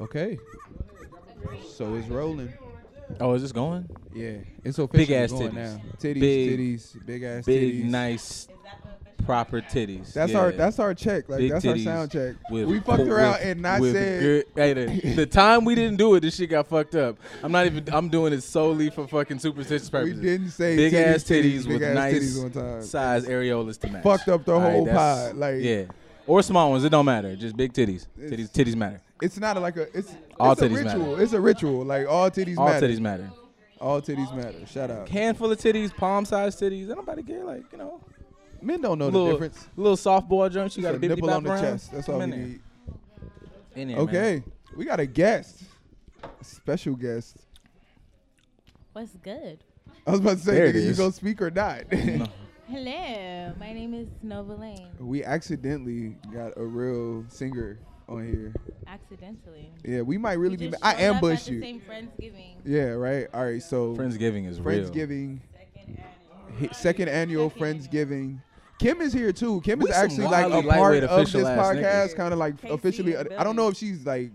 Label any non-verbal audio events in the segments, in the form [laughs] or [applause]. Okay. So it's rolling. Oh, is this going? Yeah. It's officially ass going titties. now. Titties, Big- titties, big ass titties. Big, nice, proper titties. That's Yeah. our that's our check. Like Big that's our titties sound check. With- we fucked with- around and not with said good- hey, the, [laughs] the time we didn't do it, this shit got fucked up. I'm not even. I'm doing it solely for fucking superstitious we purposes. didn't say big titties, ass titties, big with ass nice titties on time. size areolas to match. Fucked up the All right, whole that's- pod. Like yeah, or small ones. It don't matter. Just big titties. Titties. It's- Titties matter. it's not a, like a it's All it's a titties matter. ritual. It's a ritual. Like all titties All matter. titties matter. All titties matter. Shout out. Handful of titties, palm size titties. Ain't nobody care. Like you know, Men don't know the little difference. little softball joints. You It's got a a bippity nipple bop on the around. chest. That's Come all we in there. need. In there, man. Okay, we got a guest, special guest. What's good? I was about to say, There it nigga, you is. gonna speak or not? [laughs] No. Hello, my name is Nova Lane. we accidentally got a real singer on here. Accidentally. Yeah, we might really We be. just I showed up ambushed at the you. Same Friendsgiving. Yeah, right. All right, so Friendsgiving is real. Friendsgiving, hi- second annual Friendsgiving. Kim is here too. Kim We is some actually like a wildly part lightweight of this official ass podcast, niggas. kind of like Casey officially. and I don't know Billy. if she's like,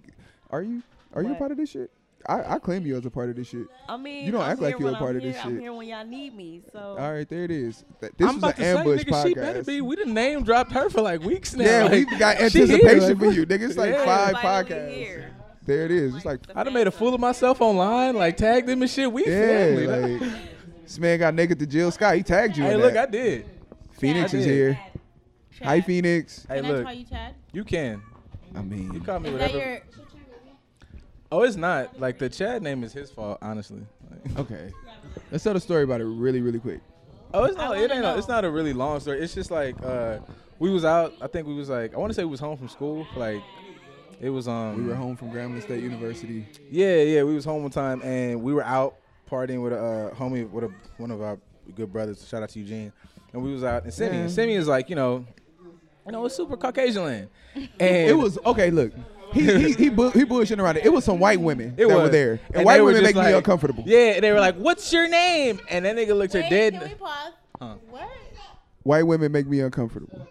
are you? Are you a What? part of this shit? I, I claim you as a part of this shit. I mean, You don't I'm act like here you're a when I'm part of here. this I'm shit. here when y'all need me. So All right, there it is. Th- This I'm was about an to say, ambush nigga, she better podcast. be. We done name dropped her for like weeks now. yeah, like, we got she here, anticipation like, for you, nigga. It's like Yeah. five Finally podcasts. here. There it is. It's like, the [laughs] I done made a fool of myself online, like tagged them and shit. [laughs] We family. yeah, dog. like this man got naked to Jill Scott. He tagged you. hey, in look, I that. did. Phoenix I is did. here. Chad. Hi, Phoenix. Hey, Can I look, call you Chad? you can. I You mean, call me Is that whatever. your? oh, it's not. Like the Chad name is his fault, honestly. Like, [laughs] okay. Let's tell the story about it really, really quick. oh, it's not. It ain't. wanna A, know. it's not a really long story. It's just like uh, we was out. I think we was like. I want to say we was home from school. Like it was um. We were home from Grambling State University. Yeah, yeah, we was home one time and we were out partying with a uh, homie with a, one of our good brothers. Shout out to Eugene, and we was out in Simeon. Yeah. Simeon's like you know, you know, it's super Caucasian [laughs] land, and It was okay. Look, he he he, bu- he bullshitting around it. It was some white women that were there, and, they white were women just make me like- uncomfortable. Yeah, and they [laughs] were like, "What's your name?" And that nigga looked her Wait, dead. Can we pause? Huh. What? White women make me uncomfortable.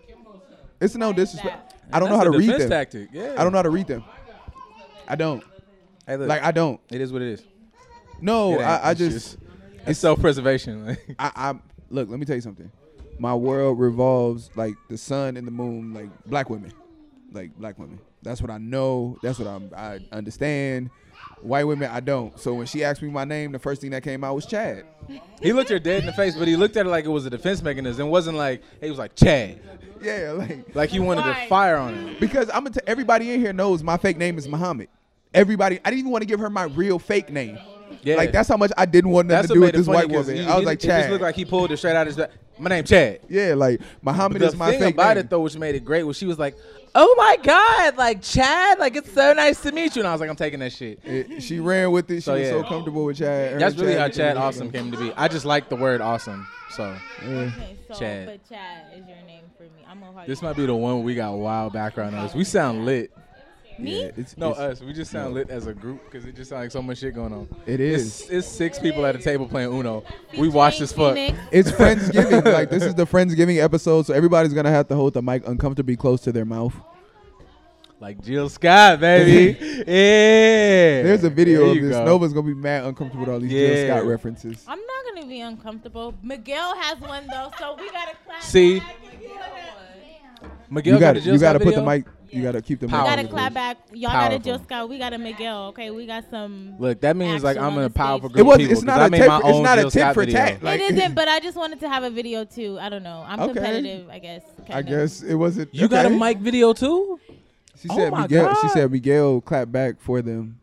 It's no Why is disrespect. that? I don't know how That's to the read defense them. Tactic. Yeah. I don't know how to read them. I don't. Hey, look, Like I don't. it is what it is. No, It ain't. I, I It's just It's self-preservation. [laughs] like. I, I look. Let me tell you something. My world revolves like the sun and the moon, like black women, like black women. That's what I know. That's what I'm, I understand. White women, I don't. So when she asked me my name, the first thing that came out was Chad. he looked her dead in the face, but he looked at it like it was a defense mechanism. It wasn't like he was like Chad, Yeah, [laughs] like like he wanted to Why? fire on him. because I'm gonna t- everybody in here knows my fake name is Muhammad. Everybody, I didn't even want to give her my real fake name. Yeah. Like that's how much I didn't want nothing That's to do what made with it this funny white 'cause woman. he- I was he- like It just Chad. looked like he pulled it straight out his back. My name Chad. yeah, like But Muhammad the is my thing fake about name. it though, which made it great, was she was like, "Oh my God, like Chad, like it's so nice to meet you," and I was like, "I'm taking that shit." It- she ran with it. She So, was yeah. so comfortable with Chad. Her That's and really how became Chad Awesome came to be. I just like the word awesome, so Eh. Okay, so Chad. but Chad is your name for me. I'm gonna call this you. might be the one we got wild background noise. We sound lit. me? Yeah, it's, No, uh, it's- us. We just sound lit as a group because it just sounds like so much shit going on. It It's, [laughs] is. it's six people at a table playing Uno. We watched as fuck. Phoenix. It's Friendsgiving. like this is the Friendsgiving episode, so everybody's gonna have to hold the mic uncomfortably close to their mouth. Like Jill Scott, [laughs] baby. yeah. There's a video There of you this. go. Nova's gonna be mad uncomfortable with all these Jill Yeah. Scott references. I'm not gonna be uncomfortable. Miguel has one though, so we gotta clap. See? back. You Miguel You got got the to Jill you got to Scott put the video? mic. You got to keep the mic. Power. on gotta the clap bridge. back. Y'all Powerful. gotta just go. We got a Miguel. Okay, we got some. Look, that means like Actual I'm in a honesty. powerful group It was. of people. It's 'cause I not a made tip. my It's own not a Jill tip Scott for video. tat. Like it [laughs] isn't, but I just wanted to have a video too. I don't know. I'm Okay. competitive, I guess. I kinda. guess it wasn't. You got a okay. mic video too? She Oh said my Miguel. She God. said Miguel clapped back for them.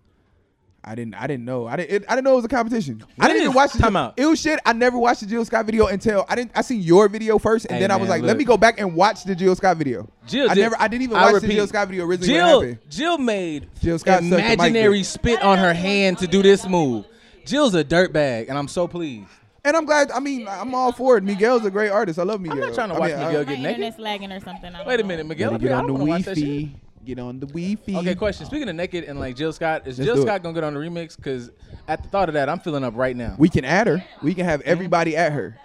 I didn't. I didn't know. I didn't. It, I didn't know it was a competition. I When didn't even is- watch the time out. It was shit. I never watched the Jill Scott video until I didn't. I seen your video first, and Hey, then I was man, like, let look. me go back and watch the Jill Scott video. Jill I did- never. I didn't even I watch the repeat, Jill Scott video originally. when it Jill happened. Jill made Jill Scott sucked the mic dick. imaginary spit on her hand to do this move. Jill's a dirtbag, and I'm so pleased. and I'm glad. I mean, I'm all for it. Miguel's a great artist. I love Miguel. not trying to I watch mean, Miguel I- get My naked? internet's lagging or something. I don't Wait a know. minute, Miguel. Gotta up Get here, I on the don't wanna watch that shit. Wi-Fi. Get on the Wi-Fi. Okay, question. Speaking of naked and like Jill Scott, is Let's Jill do it. Scott gonna get on the remix? Because at the thought of that, I'm feeling up right now. We can add her. We can Mm-hmm. have everybody at her.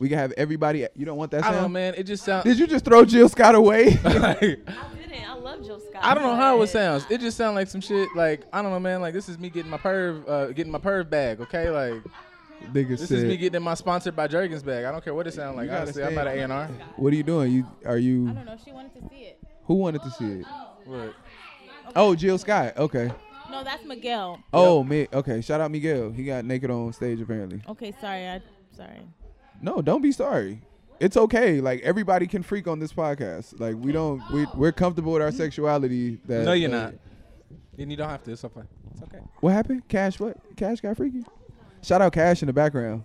We can have everybody. At, you don't want that I sound? [laughs] don't know, man. It just sounds. Did you just throw Jill Scott away? I didn't. I love Jill Scott. I don't know how it but- sounds. It just sounds like some shit. Like I don't know, man. Like this is me getting my perv, uh, getting my perv bag. Okay, like Nigga this said, is me getting my sponsored by Jergens bag. I don't care what it sounds like. gotta Honestly, I'm stay- not an A&R. "What are you doing? You are I you? don't know. She wanted to see it. Who wanted to see it? Look, Oh, Jill Scott. Okay. No, that's Miguel. Oh, me. Okay. Shout out Miguel. He got naked on stage apparently. Okay, sorry. I sorry. No, don't be sorry. It's okay. Like everybody can freak on this podcast. Like we don't. We we're comfortable with our sexuality. That no, you're uh, not. And you don't have to. It's okay. It's okay. What happened? Cash. What? Cash got freaky. Shout out Cash in the background.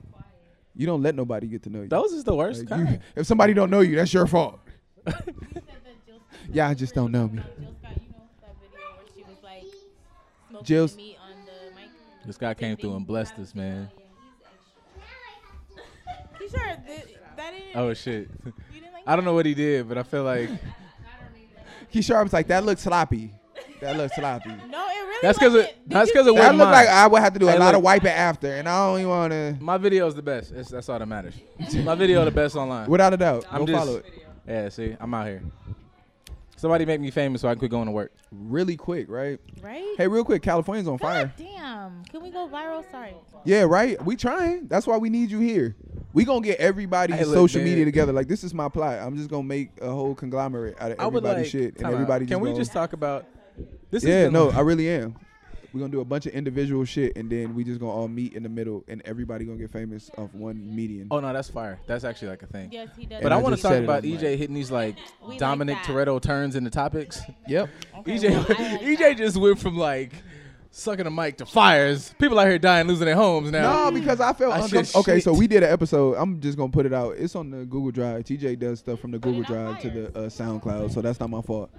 You don't let nobody get to know you. Those is the worst Like, you- kind. [laughs] if somebody don't know you, that's your fault. Y'all just don't know me. Jill Scott, you know that video where she was like smoking Jill's- the meat on the mic. This guy came through and blessed us, man. [laughs] You sure th- that didn't? Oh shit. [laughs] you didn't like I don't know what he did, but I feel like Key Sharp's like that looks sloppy. That looks sloppy. that? No, it really. that's because it. wasn't. Did That's you- because it That wasn't looks like mine. I would have to do a Hey, lot look. of wiping after, and I don't even want to. My video is the best. It's, that's all [laughs] that matters. My video the best online. Without a doubt, I'm go just, follow it. Yeah, see, I'm out here. Somebody make me famous so I can quit going to work. Really quick, right? Right. Hey, real quick, California's on God fire. damn. Can we go viral? Sorry. Yeah, right. We trying. That's why we need you here. We gonna get everybody's Hey, look, social man. media together. Like this is my plot. I'm just gonna make a whole conglomerate out of everybody's shit, and time out. everybody. Can just we gonna- just talk about this? Yeah, is no, I really am. We're gonna do a bunch of individual shit, and then we just gonna all meet in the middle, and everybody gonna get famous off one median. oh no, that's fire. That's actually like a thing. Yes, he does. But And I, I want to just said talk it, about I'm EJ hitting these like We like Dominic that. Toretto turns into topics. E Yep. Okay, EJ, [laughs] well, I like EJ that. just went from like sucking a mic to fires. People out here dying, losing their homes now. No, because I felt I said uncomfortable. Okay, so shit. we did an episode. I'm just gonna put it out. It's on the Google Drive. TJ does stuff from the Google it on Drive to the fire. uh, SoundCloud, so that's not my fault.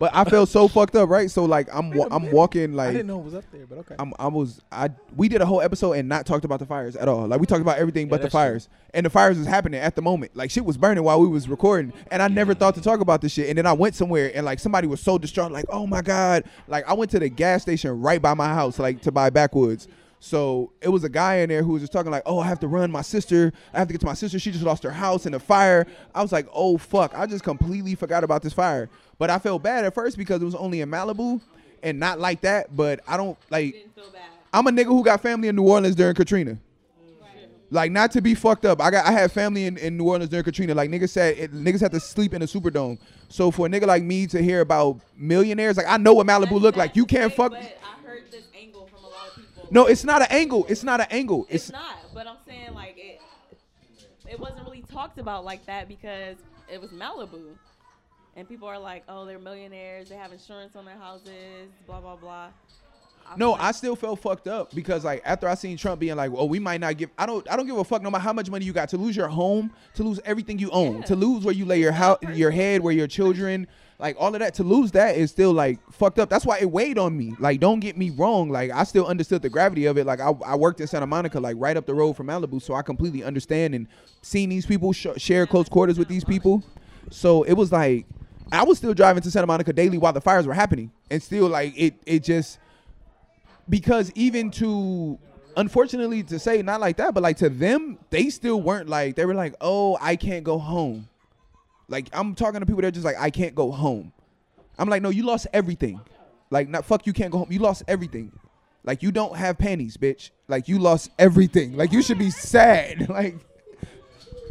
But I felt so fucked up, right? So like I'm wa- I'm walking I like didn't know it was up there, but okay. I'm I was I we did a whole episode and not talked about the fires at all. Like we talked about everything but the that's true. fires. And the fires was happening at the moment. Like shit was burning while we was recording. And I never thought to talk about this shit. And then I went somewhere and like somebody was so distraught, like, oh my God. Like I went to the gas station right by my house, like to buy backwoods. So it was a guy in there who was just talking like, "Oh, I have to run. My sister, I have to get to my sister. She just lost her house in a fire." I was like, "Oh fuck!" I just completely forgot about this fire. But I felt bad at first because it was only in Malibu, and not like that. But I don't like I'm a nigga who got family in New Orleans during Katrina. Like not to be fucked up. I got I had family in, in New Orleans during Katrina. Like niggas said it, niggas had to sleep in the Superdome. So for a nigga like me to hear about millionaires, like I know what Malibu look like. You can't fuck. But I heard this angle from a lot of people. No, it's not an angle. It's not an angle. it's, It's not. But I'm saying like it. It wasn't really talked about like that because it was Malibu, and people are like, "Oh, they're millionaires. They have insurance on their houses. Blah blah blah." I'm no. like, I still felt fucked up because like after I seen Trump being like, "Oh, we might not give." I don't. I don't give a fuck no matter how much money you got to lose your home, to lose everything you own, Yeah. to lose where you lay your house, your head, where your children, like all of that. To lose that is still like fucked up. That's why it weighed on me. Like, don't get me wrong. Like, I still understood the gravity of it. Like, I, I worked in Santa Monica, like right up the road from Malibu, so I completely understand and seeing these people sh- share close quarters with these people. So it was like I was still driving to Santa Monica daily while the fires were happening, and still like it. It just because even to unfortunately to say not like that but like to them they still weren't like they were like oh i can't go home like i'm talking to people they're just like i can't go home i'm like no you lost everything like not fuck you can't go home you lost everything like you don't have panties bitch like you lost everything like you should be sad [laughs] like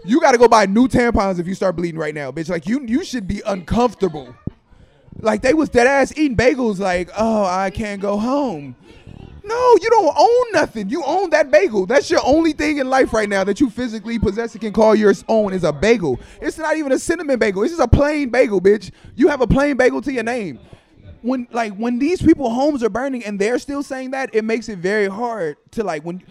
you gotta go buy new tampons if you start bleeding right now bitch like you you should be uncomfortable like they was dead ass eating bagels. Like, oh, I can't go home. No, you don't own nothing. You own that bagel. That's your only thing in life right now that you physically possess and can call your own is a bagel. It's not even a cinnamon bagel. It's just a plain bagel, bitch. You have a plain bagel to your name. When like when these people homes are burning and they're still saying that, it makes it very hard to like when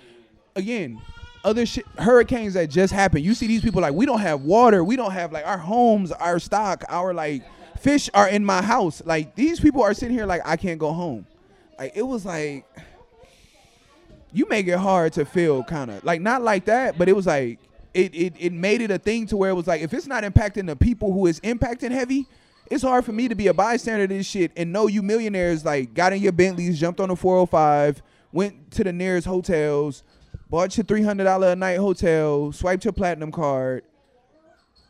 again, other shit, hurricanes that just happened. You see these people like we don't have water, we don't have like our homes, our stock, our like fish are in my house. Like these people are sitting here like I can't go home. Like it was like you make it hard to feel kind of like not like that, but it was like it, it it made it a thing to where it was like if it's not impacting the people who is impacting heavy, it's hard for me to be a bystander to this shit and know you millionaires like got in your Bentleys, jumped on the 405, went to the nearest hotels, bought your three hundred dollar a night hotel, swiped your platinum card,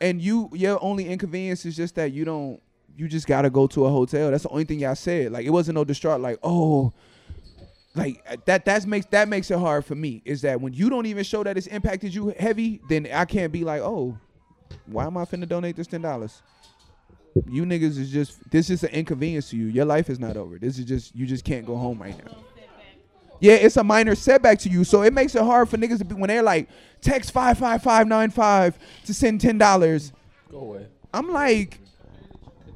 and you your only inconvenience is just that you don't you just gotta go to a hotel. That's the only thing y'all said. Like it wasn't no distraught. Like oh, like uh, that. That makes that makes it hard for me. Is that when you don't even show that it's impacted you heavy, then I can't be like oh, why am I finna donate this ten dollars? You niggas is just this is an inconvenience to you. Your life is not over. This is just you just can't go home right now. Yeah, it's a minor setback to you, so it makes it hard for niggas to be when they're like text five five five nine five to send ten dollars. Go away. I'm like,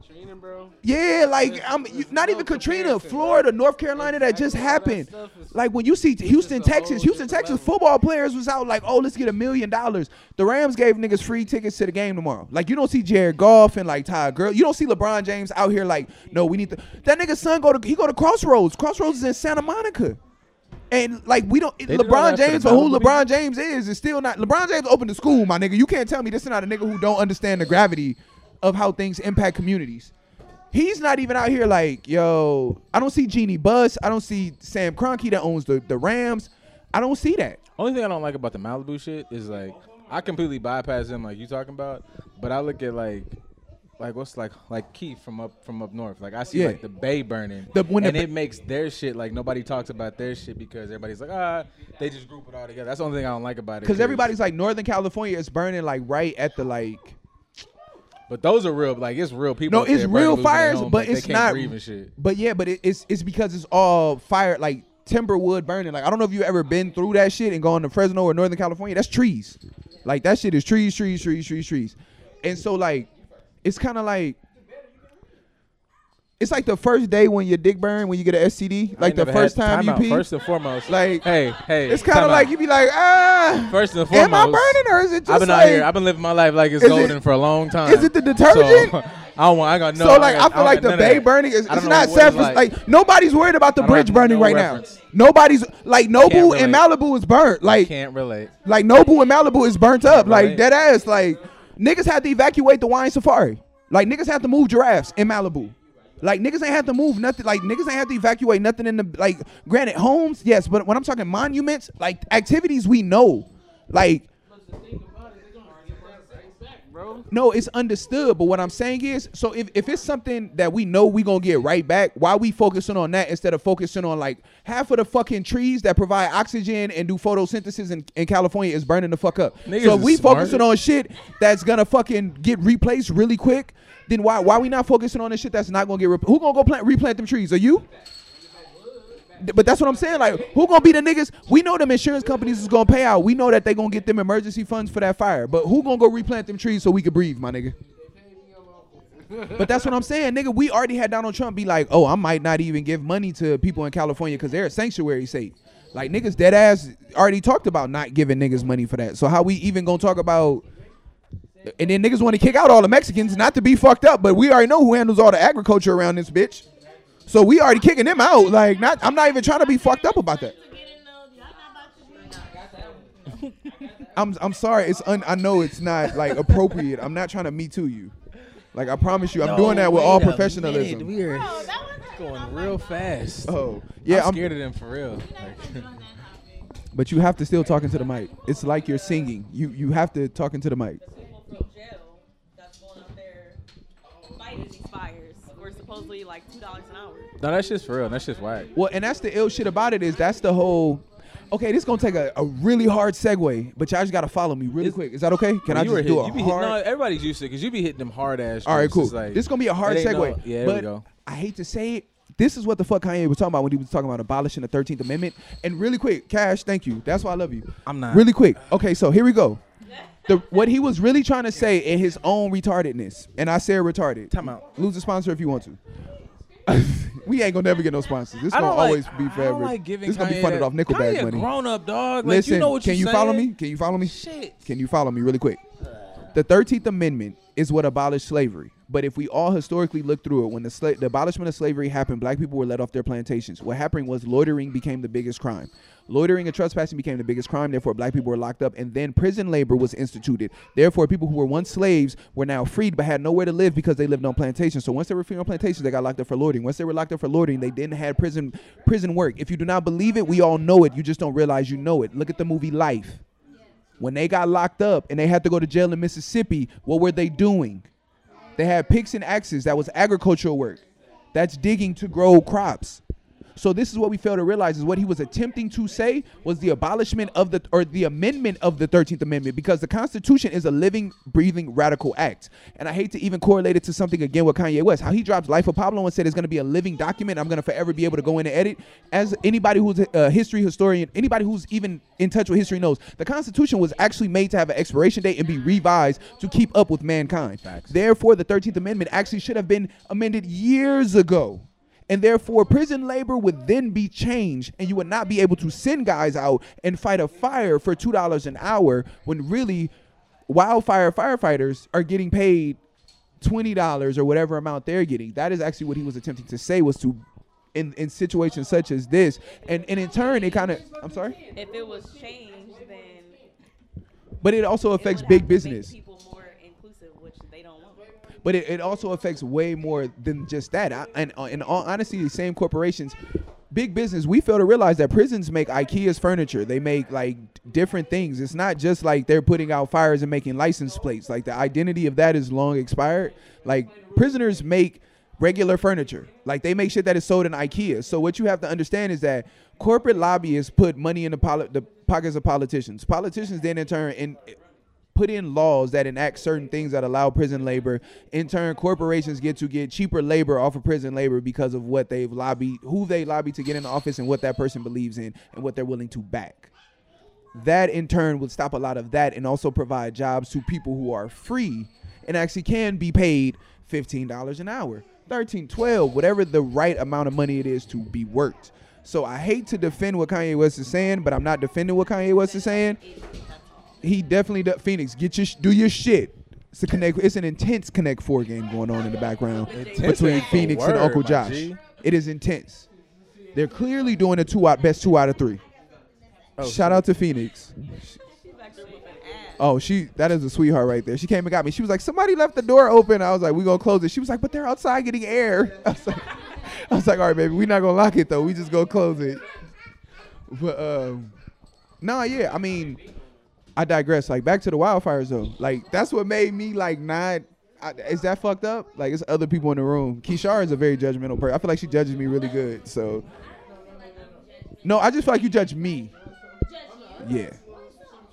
Katrina, bro. yeah, like There's- I'm you, there's not no even Katrina, comparison, Florida, bro. North Carolina, that just Exactly, all happened. that stuff is- Like when you see Houston, just a Texas, whole Houston, different Texas level. football players was out like, oh, let's get a million dollars. The Rams gave niggas free tickets to the game tomorrow. Like you don't see Jared Goff and like Ty Girl. You don't see LeBron James out here like, no, we need to. That nigga's son go to he go to Crossroads. Crossroads is in Santa Monica. And like we don't, did all LeBron that for the James for who Malibu LeBron James is is still not. LeBron James opened the school, my nigga. You can't tell me this is not a nigga who don't understand the gravity of how things impact communities. He's not even out here like, yo. I don't see Genie Bus. I don't see Sam Kroenke that owns the the Rams. I don't see that. Only thing I don't like about the Malibu shit is like I completely bypass him like you talking about, but I look at like like what's like like Keith from up from up north. Like I see Yeah. like the bay burning. The- when the and ba- it makes their shit like nobody talks about their shit because everybody's like, ah, they just group it all together. That's the only thing I don't like about it. Because everybody's like Northern California is burning like right at the like. But those are real like it's real people. No, up there it's burning, real losing their fires, home, but like, it's they can't not. breathe and shit. But yeah, but it, it's it's because it's all fire like timber wood burning. Like I don't know if you ever been through that shit and gone to Fresno or Northern California. That's trees. Like that shit is trees, trees, trees, trees, trees. And so like, it's kind of like. It's like the first day when your dick burn when you get an STD. Like I the never first had- time you timeout. pee. First and foremost, Like, hey, hey, it's kind of timeout. like you be like, ah. First and am I foremost, burning or is it just I've been like? out here. I've been living my life like it's Is it- golden for a long time. is it the detergent? So, [laughs] I don't want. I got no. so like I, got- feel don't like got the none of bay that. burning is I it's don't not know what self like, nobody's worried about the I don't bridge have burning no right reference. now. Nobody's like Nobu and relate. Malibu is burnt. Like can't relate. like Nobu and Malibu is burnt up. Like relate. dead ass. Like niggas had to evacuate the wine safari. Like niggas had to move giraffes in Malibu. Like niggas ain't have to move nothing. Like niggas ain't have to evacuate nothing in the like. Granted, homes, yes, but when I'm talking monuments, like activities we know, like Bro. No, it's understood. But what I'm saying is, so if, if it's something that we know we gonna get right back, why we focusing on that instead of focusing on like half of the fucking trees that provide oxygen and do photosynthesis in, in California is burning the fuck up. Niggas so if is we smart. focusing on shit that's gonna fucking get replaced really quick. Then why why we not focusing on the shit that's not gonna get rep- who gonna go plant replant them trees? Are you? Th- But that's what I'm saying. Like, who gonna be the niggas? We know them insurance companies is gonna pay out. We know that they gonna get them emergency funds for that fire. But who gonna go replant them trees so we can breathe, my nigga? But that's what I'm saying, nigga. We already had Donald Trump be like, "Oh, I might not even give money to people in California because they're a sanctuary state." Like niggas, dead ass already talked about not giving niggas money for that. So how we even gonna talk about? And then niggas want to kick out all the Mexicans, not to be fucked up, but we already know who handles all the agriculture around this bitch. So we already kicking them out. Like, not I'm not even trying to be fucked up about that. I'm I'm sorry. It's un, I know it's not like appropriate. I'm not trying to me too you. Like I promise you, I'm doing that with all professionalism. Oh, We are Oh, that wasn't going real fast. oh yeah, I'm I'm, scared of them for real. Like, but you have to still talk into the mic. It's like you're singing. You you have to talk into the mic. people from jail that's going out there fighting these fires. We're supposedly like two dollars an hour. no, that shit's for real. That shit's whack. Well, and that's the ill shit about it is that's the whole. Okay, this gonna take a, a really hard segue, but y'all just gotta follow me really quick. Is that okay? Can I you were just do hit- a you be hard? Hit, no, everybody's used to because you be hitting them hard ass. All right, jumps. cool. It's like- this is gonna be a hard it ain't segue. no- yeah, there but we go. I hate to say it. This is what the fuck Kanye was talking about when he was talking about abolishing the 13th Amendment. And really quick, Cash, thank you. That's why I love you. I'm not. Really quick. Okay, so here we go. The, what he was really trying to say in his own retardedness, and I said retarded. Time out. Lose a sponsor if you want to. [laughs] we ain't gonna never get no sponsors. This I gonna don't like, always be I forever. don't like giving this gonna Kanye be funded that- off Nickelback Kanye a money. grown up dog. Like, Listen, you know what can you saying. follow me? Can you follow me? Shit. Can you follow me really quick? The Thirteenth Amendment is what abolished slavery. But if we all historically look through it, when the, sla- the abolishment of slavery happened, black people were let off their plantations. What happened was loitering became the biggest crime. Loitering and trespassing became the biggest crime. Therefore, black people were locked up, and then prison labor was instituted. Therefore, people who were once slaves were now freed, but had nowhere to live because they lived on plantations. So once they were free on plantations, they got locked up for loitering. Once they were locked up for loitering, they didn't have prison prison work. If you do not believe it, we all know it. You just don't realize you know it. Look at the movie Life when they got locked up and they had to go to jail in Mississippi, what were they doing? They had picks and axes. That was agricultural work. That's digging to grow crops. So this is what we fail to realize is what he was attempting to say was the abolishment of the or the amendment of the 13th Amendment because the Constitution is a living, breathing, radical act. And I hate to even correlate it to something again with Kanye West, how he dropped Life of Pablo and said it's going to be a living document. I'm going to forever be able to go in and edit. As anybody who's a history historian, anybody who's even in touch with history knows, the Constitution was actually made to have an expiration date and be revised to keep up with mankind. Therefore, the 13th Amendment actually should have been amended years ago and therefore prison labor would then be changed and you would not be able to send guys out and fight a fire for two dollars an hour when really wildfire firefighters are getting paid twenty dollars or whatever amount they're getting that is actually what he was attempting to say was to in, in situations such as this and, and in turn it kind of i'm sorry If it was changed, then it but it also would affects have big to make business people more inclusive, which they don't want. but it, it also affects way more than just that. I, and uh, in all honesty, the same corporations, big business, we fail to realize that prisons make IKEA's furniture. They make like different things. It's not just like they're putting out fires and making license plates. Like the identity of that is long expired. Like prisoners make regular furniture. Like they make shit that is sold in IKEA. So what you have to understand is that corporate lobbyists put money in the, poli- the pockets of politicians. Politicians then in turn in put in laws that enact certain things that allow prison labor. In turn, corporations get to get cheaper labor off of prison labor because of what they've lobbied, who they lobby to get in office, and what that person believes in and what they're willing to back. That in turn would stop a lot of that and also provide jobs to people who are free and actually can be paid $15 an hour, 13, 12, whatever the right amount of money it is to be worked. So I hate to defend what Kanye West is saying, but I'm not defending what Kanye West is saying he definitely does. Phoenix, get your sh- do your shit. It's a connect. It's an intense Connect Four game going on in the background Intense between ain't the Phoenix and word, Uncle my Josh. G. It is intense. They're clearly doing a two out best two out of three. Oh, Shout out to Phoenix. She's actually with an ass. Oh, she that is a sweetheart right there. She came and got me. She was like, somebody left the door open. I was like, we gonna close it. She was like, but they're outside getting air. [laughs] I was like, I was like, all right, baby, we not gonna lock it though. We just gonna close it. But um, nah, yeah. I mean, I digress. Like back to the wildfires though. Like that's what made me like not. I, is that fucked up? Like it's other people in the room. Keishara is a very judgmental person. I feel like she judges me really good. So no, I just feel like you judge me. Yeah.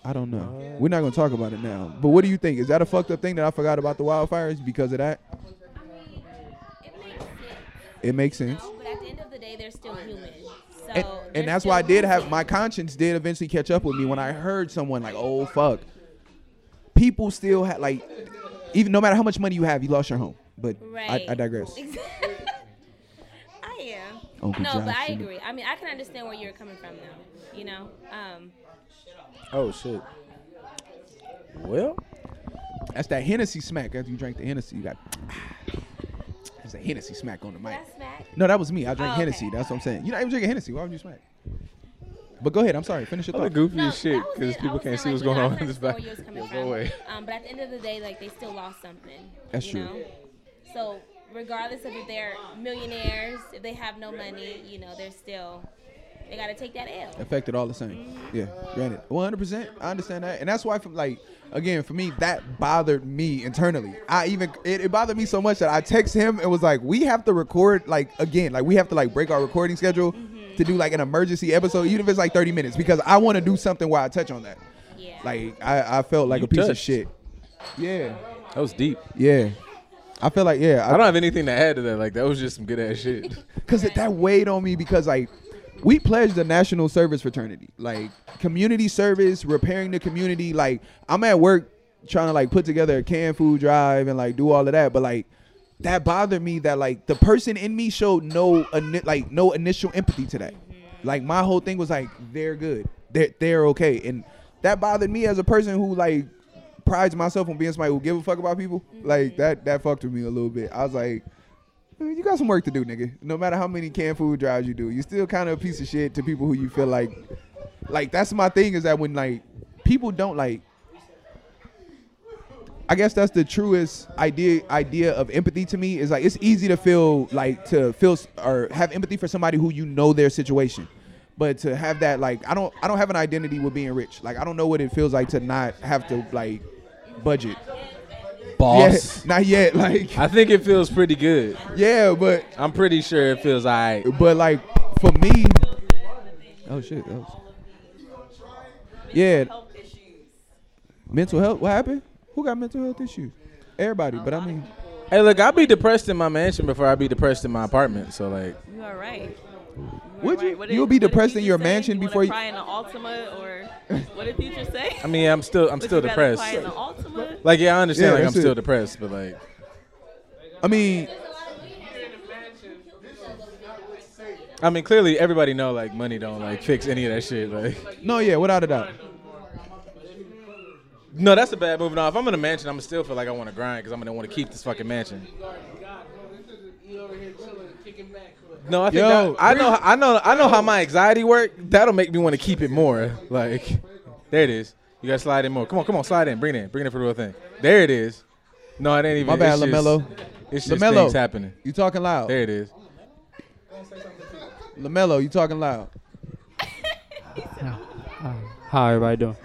I don't know. We're not gonna talk about it now. But what do you think? Is that a fucked up thing that I forgot about the wildfires because of that? It makes sense, It makes sense. but at the end of the day, they're still human. So And, they're and that's why I still did have human. my conscience did eventually catch up with me when I heard someone like, "Oh fuck." People still had like even no matter how much money you have, you lost your home. But Right. I, I [laughs] digress. I am. Uncle no, but Josh, I you know. agree. I mean, I can understand where you're coming from now. You know, um, Oh shit. Well, That's that Hennessy smack. After you drank the Hennessy, you got [sighs] There's a Hennessy smack on the mic. that's Mac. No, that was me. I drank Oh, okay. Hennessy. That's what I'm saying. You're not even drinking Hennessy. Why would you smack? But go ahead. I'm sorry. Finish your other thought. goofy No, as shit that because was it. I people was can't see saying, what's like, you going know, on I in this understand back. where you was coming Go away. from. Um, but at the end of the day, like they still lost something. That's you true. Know? So regardless of if they're millionaires, if they have no money, you know, they're still they got to take that L. affected all the same. Yeah, granted, one hundred percent. I understand that, and that's why, from like again, for me, that bothered me internally. I even it, it bothered me so much that I text him and was like, "We have to record like again, like we have to like break our recording schedule Mm-hmm. to do like an emergency episode, even if it's like thirty minutes, because I want to do something where I touch on that." Yeah. Like I, I felt like You a piece of touched. shit. Yeah, That was deep. yeah. I feel like yeah. I don't have anything to add to that. Like that was just some good ass [laughs] shit. because that weighed on me because like we pledged the national service fraternity like community service repairing the community like i'm at work trying to like put together a canned food drive and like do all of that but like that bothered me that like the person in me showed no ini- like no initial empathy to that like my whole thing was like they're good they're, they're okay and that bothered me as a person who like prides myself on being somebody who give a fuck about people like that that fucked with me a little bit i was like Man, You got some work to do, nigga. No matter how many canned food drives you do, you still kind of a piece of shit to people who you feel like, like that's my thing is that when like people don't like, I guess that's the truest idea idea of empathy to me is like it's easy to feel like to feel s- or have empathy for somebody who you know their situation, but to have that like I don't I don't have an identity with being rich. Like I don't know what it feels like to not have to like budget yet. boss. Not yet. [laughs] Like I think it feels pretty good. yeah, but I'm pretty sure it feels alright. but like for me. Oh shit. That was, yeah, Health issues. mental health. What happened? Who got mental health issues? Everybody, but I mean, Hey, look, I'll be depressed in my mansion before I be depressed in my apartment. So like, You are right. are Would you- right. What you would be what did depressed in Future your say? mansion wanna before you- cry in an [laughs] Altima, or what did Future say? [laughs] I mean, I'm still I'm Would still you rather depressed. Cry in an Altima? Like, yeah, I understand. Yeah, like, I'm that's it. still depressed, but like, I mean, I mean, clearly everybody know like money don't like fix any of that shit. Like, no, yeah, without a doubt. no, that's a bad move. Now, if I'm in a mansion, I'm still feel like I want to grind because I'm gonna want to keep this fucking mansion. You over here chilling, kicking back. but- No, I think Yo. that, I know I know I know how my anxiety work. That'll make me want to keep it more. Like, there it is. You gotta slide in more. Come on, come on, slide in. Bring it in. Bring it in for the real thing. There it is. No, it ain't even. My bad, it's just- LaMelo. It's just LaMelo. things happening. You talking loud, There it is. Lamelo? You talking loud? [laughs] How everybody doing?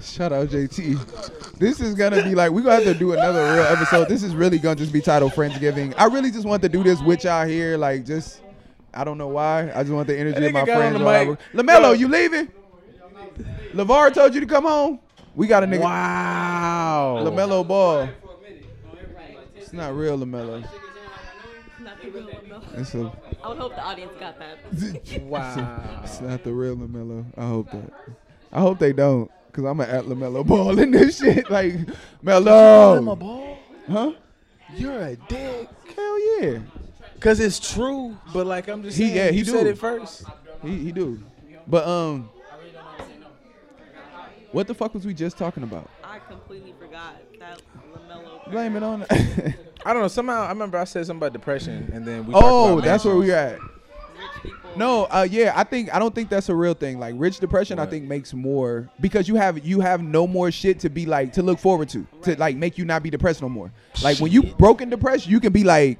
Shout out JT. This is gonna be like we're gonna have to do another real episode. This is really gonna just be titled Friendsgiving. I really just want to do this with y'all here. Like just I don't know why. I just want the energy That of my nigga got friends. on the while I mic. work. LaMelo, Bro. you leaving? LeVar told you to come home. We got a nigga Wow. LaMelo ball. It's not real LaMelo. Not the real one, though. It's a I would hope the audience got that. Wow. It's not the real Lamelo. I hope that. I hope they don't, cause I'm gonna at Lamelo Ball in this shit. Like Melo, ball. huh? You're a dick. Hell yeah, Cause it's true, but like I'm just He- saying, yeah, he you said do. it first. he he do. But um, what the fuck was we just talking about? I completely forgot that Lamelo. Blame it on. I don't know. Somehow I remember I said something about depression, and then we. talked [laughs] oh, about that's where mansions. we at. Rich people. No, uh, yeah, I think I don't think that's a real thing. Like rich depression, I Right. think makes more because you have you have no more shit to be like to look forward to to like make you not be depressed no more. Like when you broken depressed, you can be like,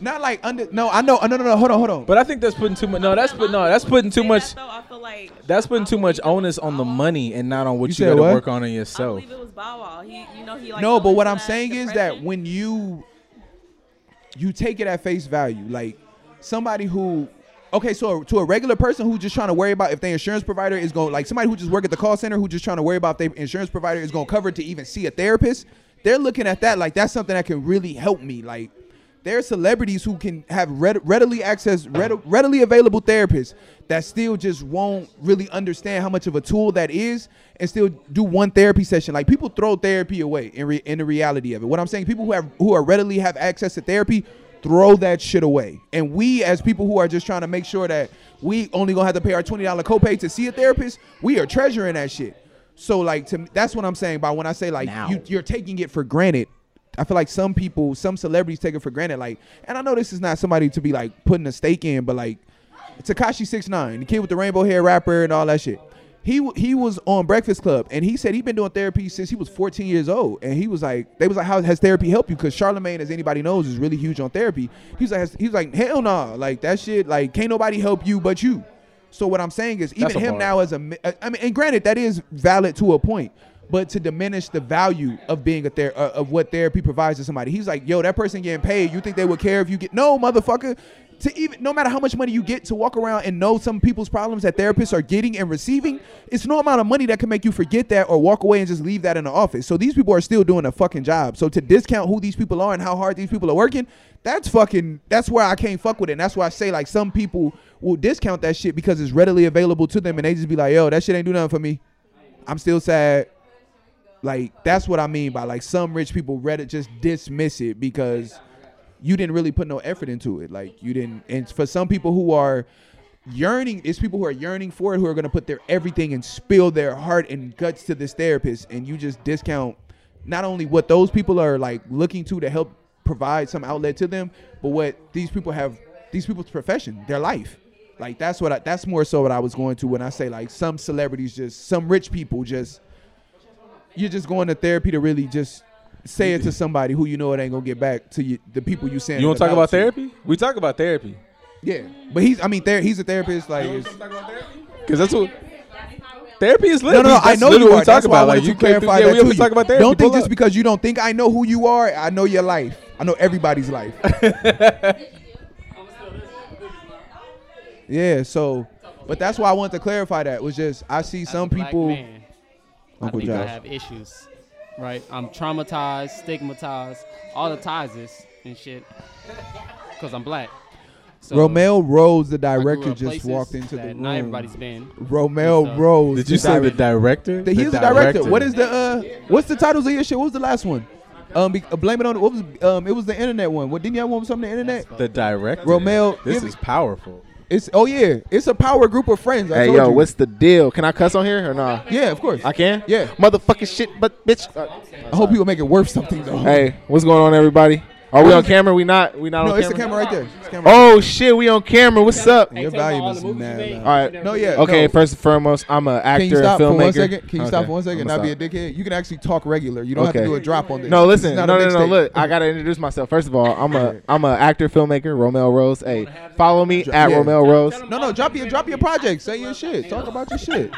not like under. No, I know. uh, No, no, no. Hold on, hold on. But I think that's putting too much. No, that's put no, that's putting too Say much. That, though, I feel like That's putting too much I believe it onus was on the Bow Wow. money and not on what You you, said got to what? work on in I yourself. believe it was Bow Wow. He, you know, he like no, but what I'm overcame saying is that depression. when you you take it at face value, like somebody who okay, so to a regular person who just trying to worry about if their insurance provider is going like somebody who just work at the call center who just trying to worry about if their insurance provider is going to cover to even see a therapist, they're looking at that like that's something that can really help me. Like there are celebrities who can have read, readily access read, readily available therapists that still just won't really understand how much of a tool that is and still do one therapy session like people throw therapy away in, re, in the reality of it what i'm saying people who have who are readily have access to therapy throw that shit away and we as people who are just trying to make sure that we only gonna have to pay our $20 copay to see a therapist we are treasuring that shit so like to me, that's what i'm saying by when i say like Now. you, you're taking it for granted I feel like some people, some celebrities take it for granted. Like, and I know this is not somebody to be like putting a stake in, but like Takashi Six Nine, the kid with the rainbow hair rapper and all that shit. He w- he was on Breakfast Club and he said he'd been doing therapy since he was 14 years old. And he was like, they was like, how has therapy helped you? Because Charlemagne, as anybody knows, is really huge on therapy. He was like, he was like, hell no, like that shit, like can't nobody help you but you. So what I'm saying is, even That's a him bar. now as a, mi- I I mean, and granted that is valid to a point, but to diminish the value of being a ther- uh, of what therapy provides to somebody, he's like, yo, that person getting paid. You think they would care if you get no motherfucker? To even no matter how much money you get to walk around and know some people's problems that therapists are getting and receiving, it's no amount of money that can make you forget that or walk away and just leave that in the office. So these people are still doing a fucking job. So to discount who these people are and how hard these people are working, that's fucking that's where I can't fuck with it. And that's why I say like some people will discount that shit because it's readily available to them and they just be like, yo, that shit ain't do nothing for me. I'm still sad. Like that's what I mean by like some rich people read it just dismiss it because you didn't really put no effort into it. Like you didn't and for some people who are yearning it's people who are yearning for it who are going to put their everything and spill their heart and guts to this therapist and you just discount not only what those people are like looking to to help provide some outlet to them but what these people have these people's profession their life like that's what I, that's more so what i was going to when i say like some celebrities just some rich people just you're just going to therapy to really just say it to somebody who you know it ain't gonna get back to you, the people you saying. You want want to talk about therapy? We talk about therapy Yeah, but he's I mean, ther- he's a therapist. Like, it's- because that's what Therapy is lit. No, no, no, That's I know literally you what are. we That's talk why I about. wanted Like you to clarify yeah, that we to always you. talk about therapy. Don't think Pull just up. because you don't think I know who you are, I know your life. I know everybody's [laughs] life. yeah. So, but that's why I wanted to clarify that. Was just I see As some a black people. man, Uncle I think I Josh. have issues, right? I'm traumatized, stigmatized, all the ties and shit, because I'm black. So Romeo Rose, the I grew up director, just places walked into the that room. Not everybody's been. Romeo Did Rose. Did you say the director? He's the director. What is the uh? What's the titles of your shit? What was the last one? Um, be, uh, blame it on what was um? It was the internet one. What didn't y'all want something on the internet? the director? Romeo, This give is powerful. It's oh yeah, it's a power group of friends. I Hey told yo, you. what's the deal? Can I cuss on here or not? yeah, of course. I can. Yeah. Motherfucking shit, but bitch. Uh, I hope people make it worth something though. hey, what's going on, everybody? Are we on camera? We not. We not [laughs] Um, no, on it's camera. the camera right there. It's the camera. Oh shit, we on camera. What's up? your Hey, tell volume them all the is movies you mad made. loud. Oh. All right. No, yeah. Okay, no. first and foremost, I'm an actor Can you stop and filmmaker. for one second? Can you stop Okay, for one second? I'ma Not be a stop. dickhead. You can actually talk regular. You don't have Okay. to do a drop on this. No, This is listen. No, not no, a no, mixtape. Look, I gotta introduce myself. First of all, I'm a I'm an actor filmmaker, Romel Rose. Hey, follow me at Yeah. Romel Rose. No, no. Drop your drop your project. Say your shit. Talk about your shit.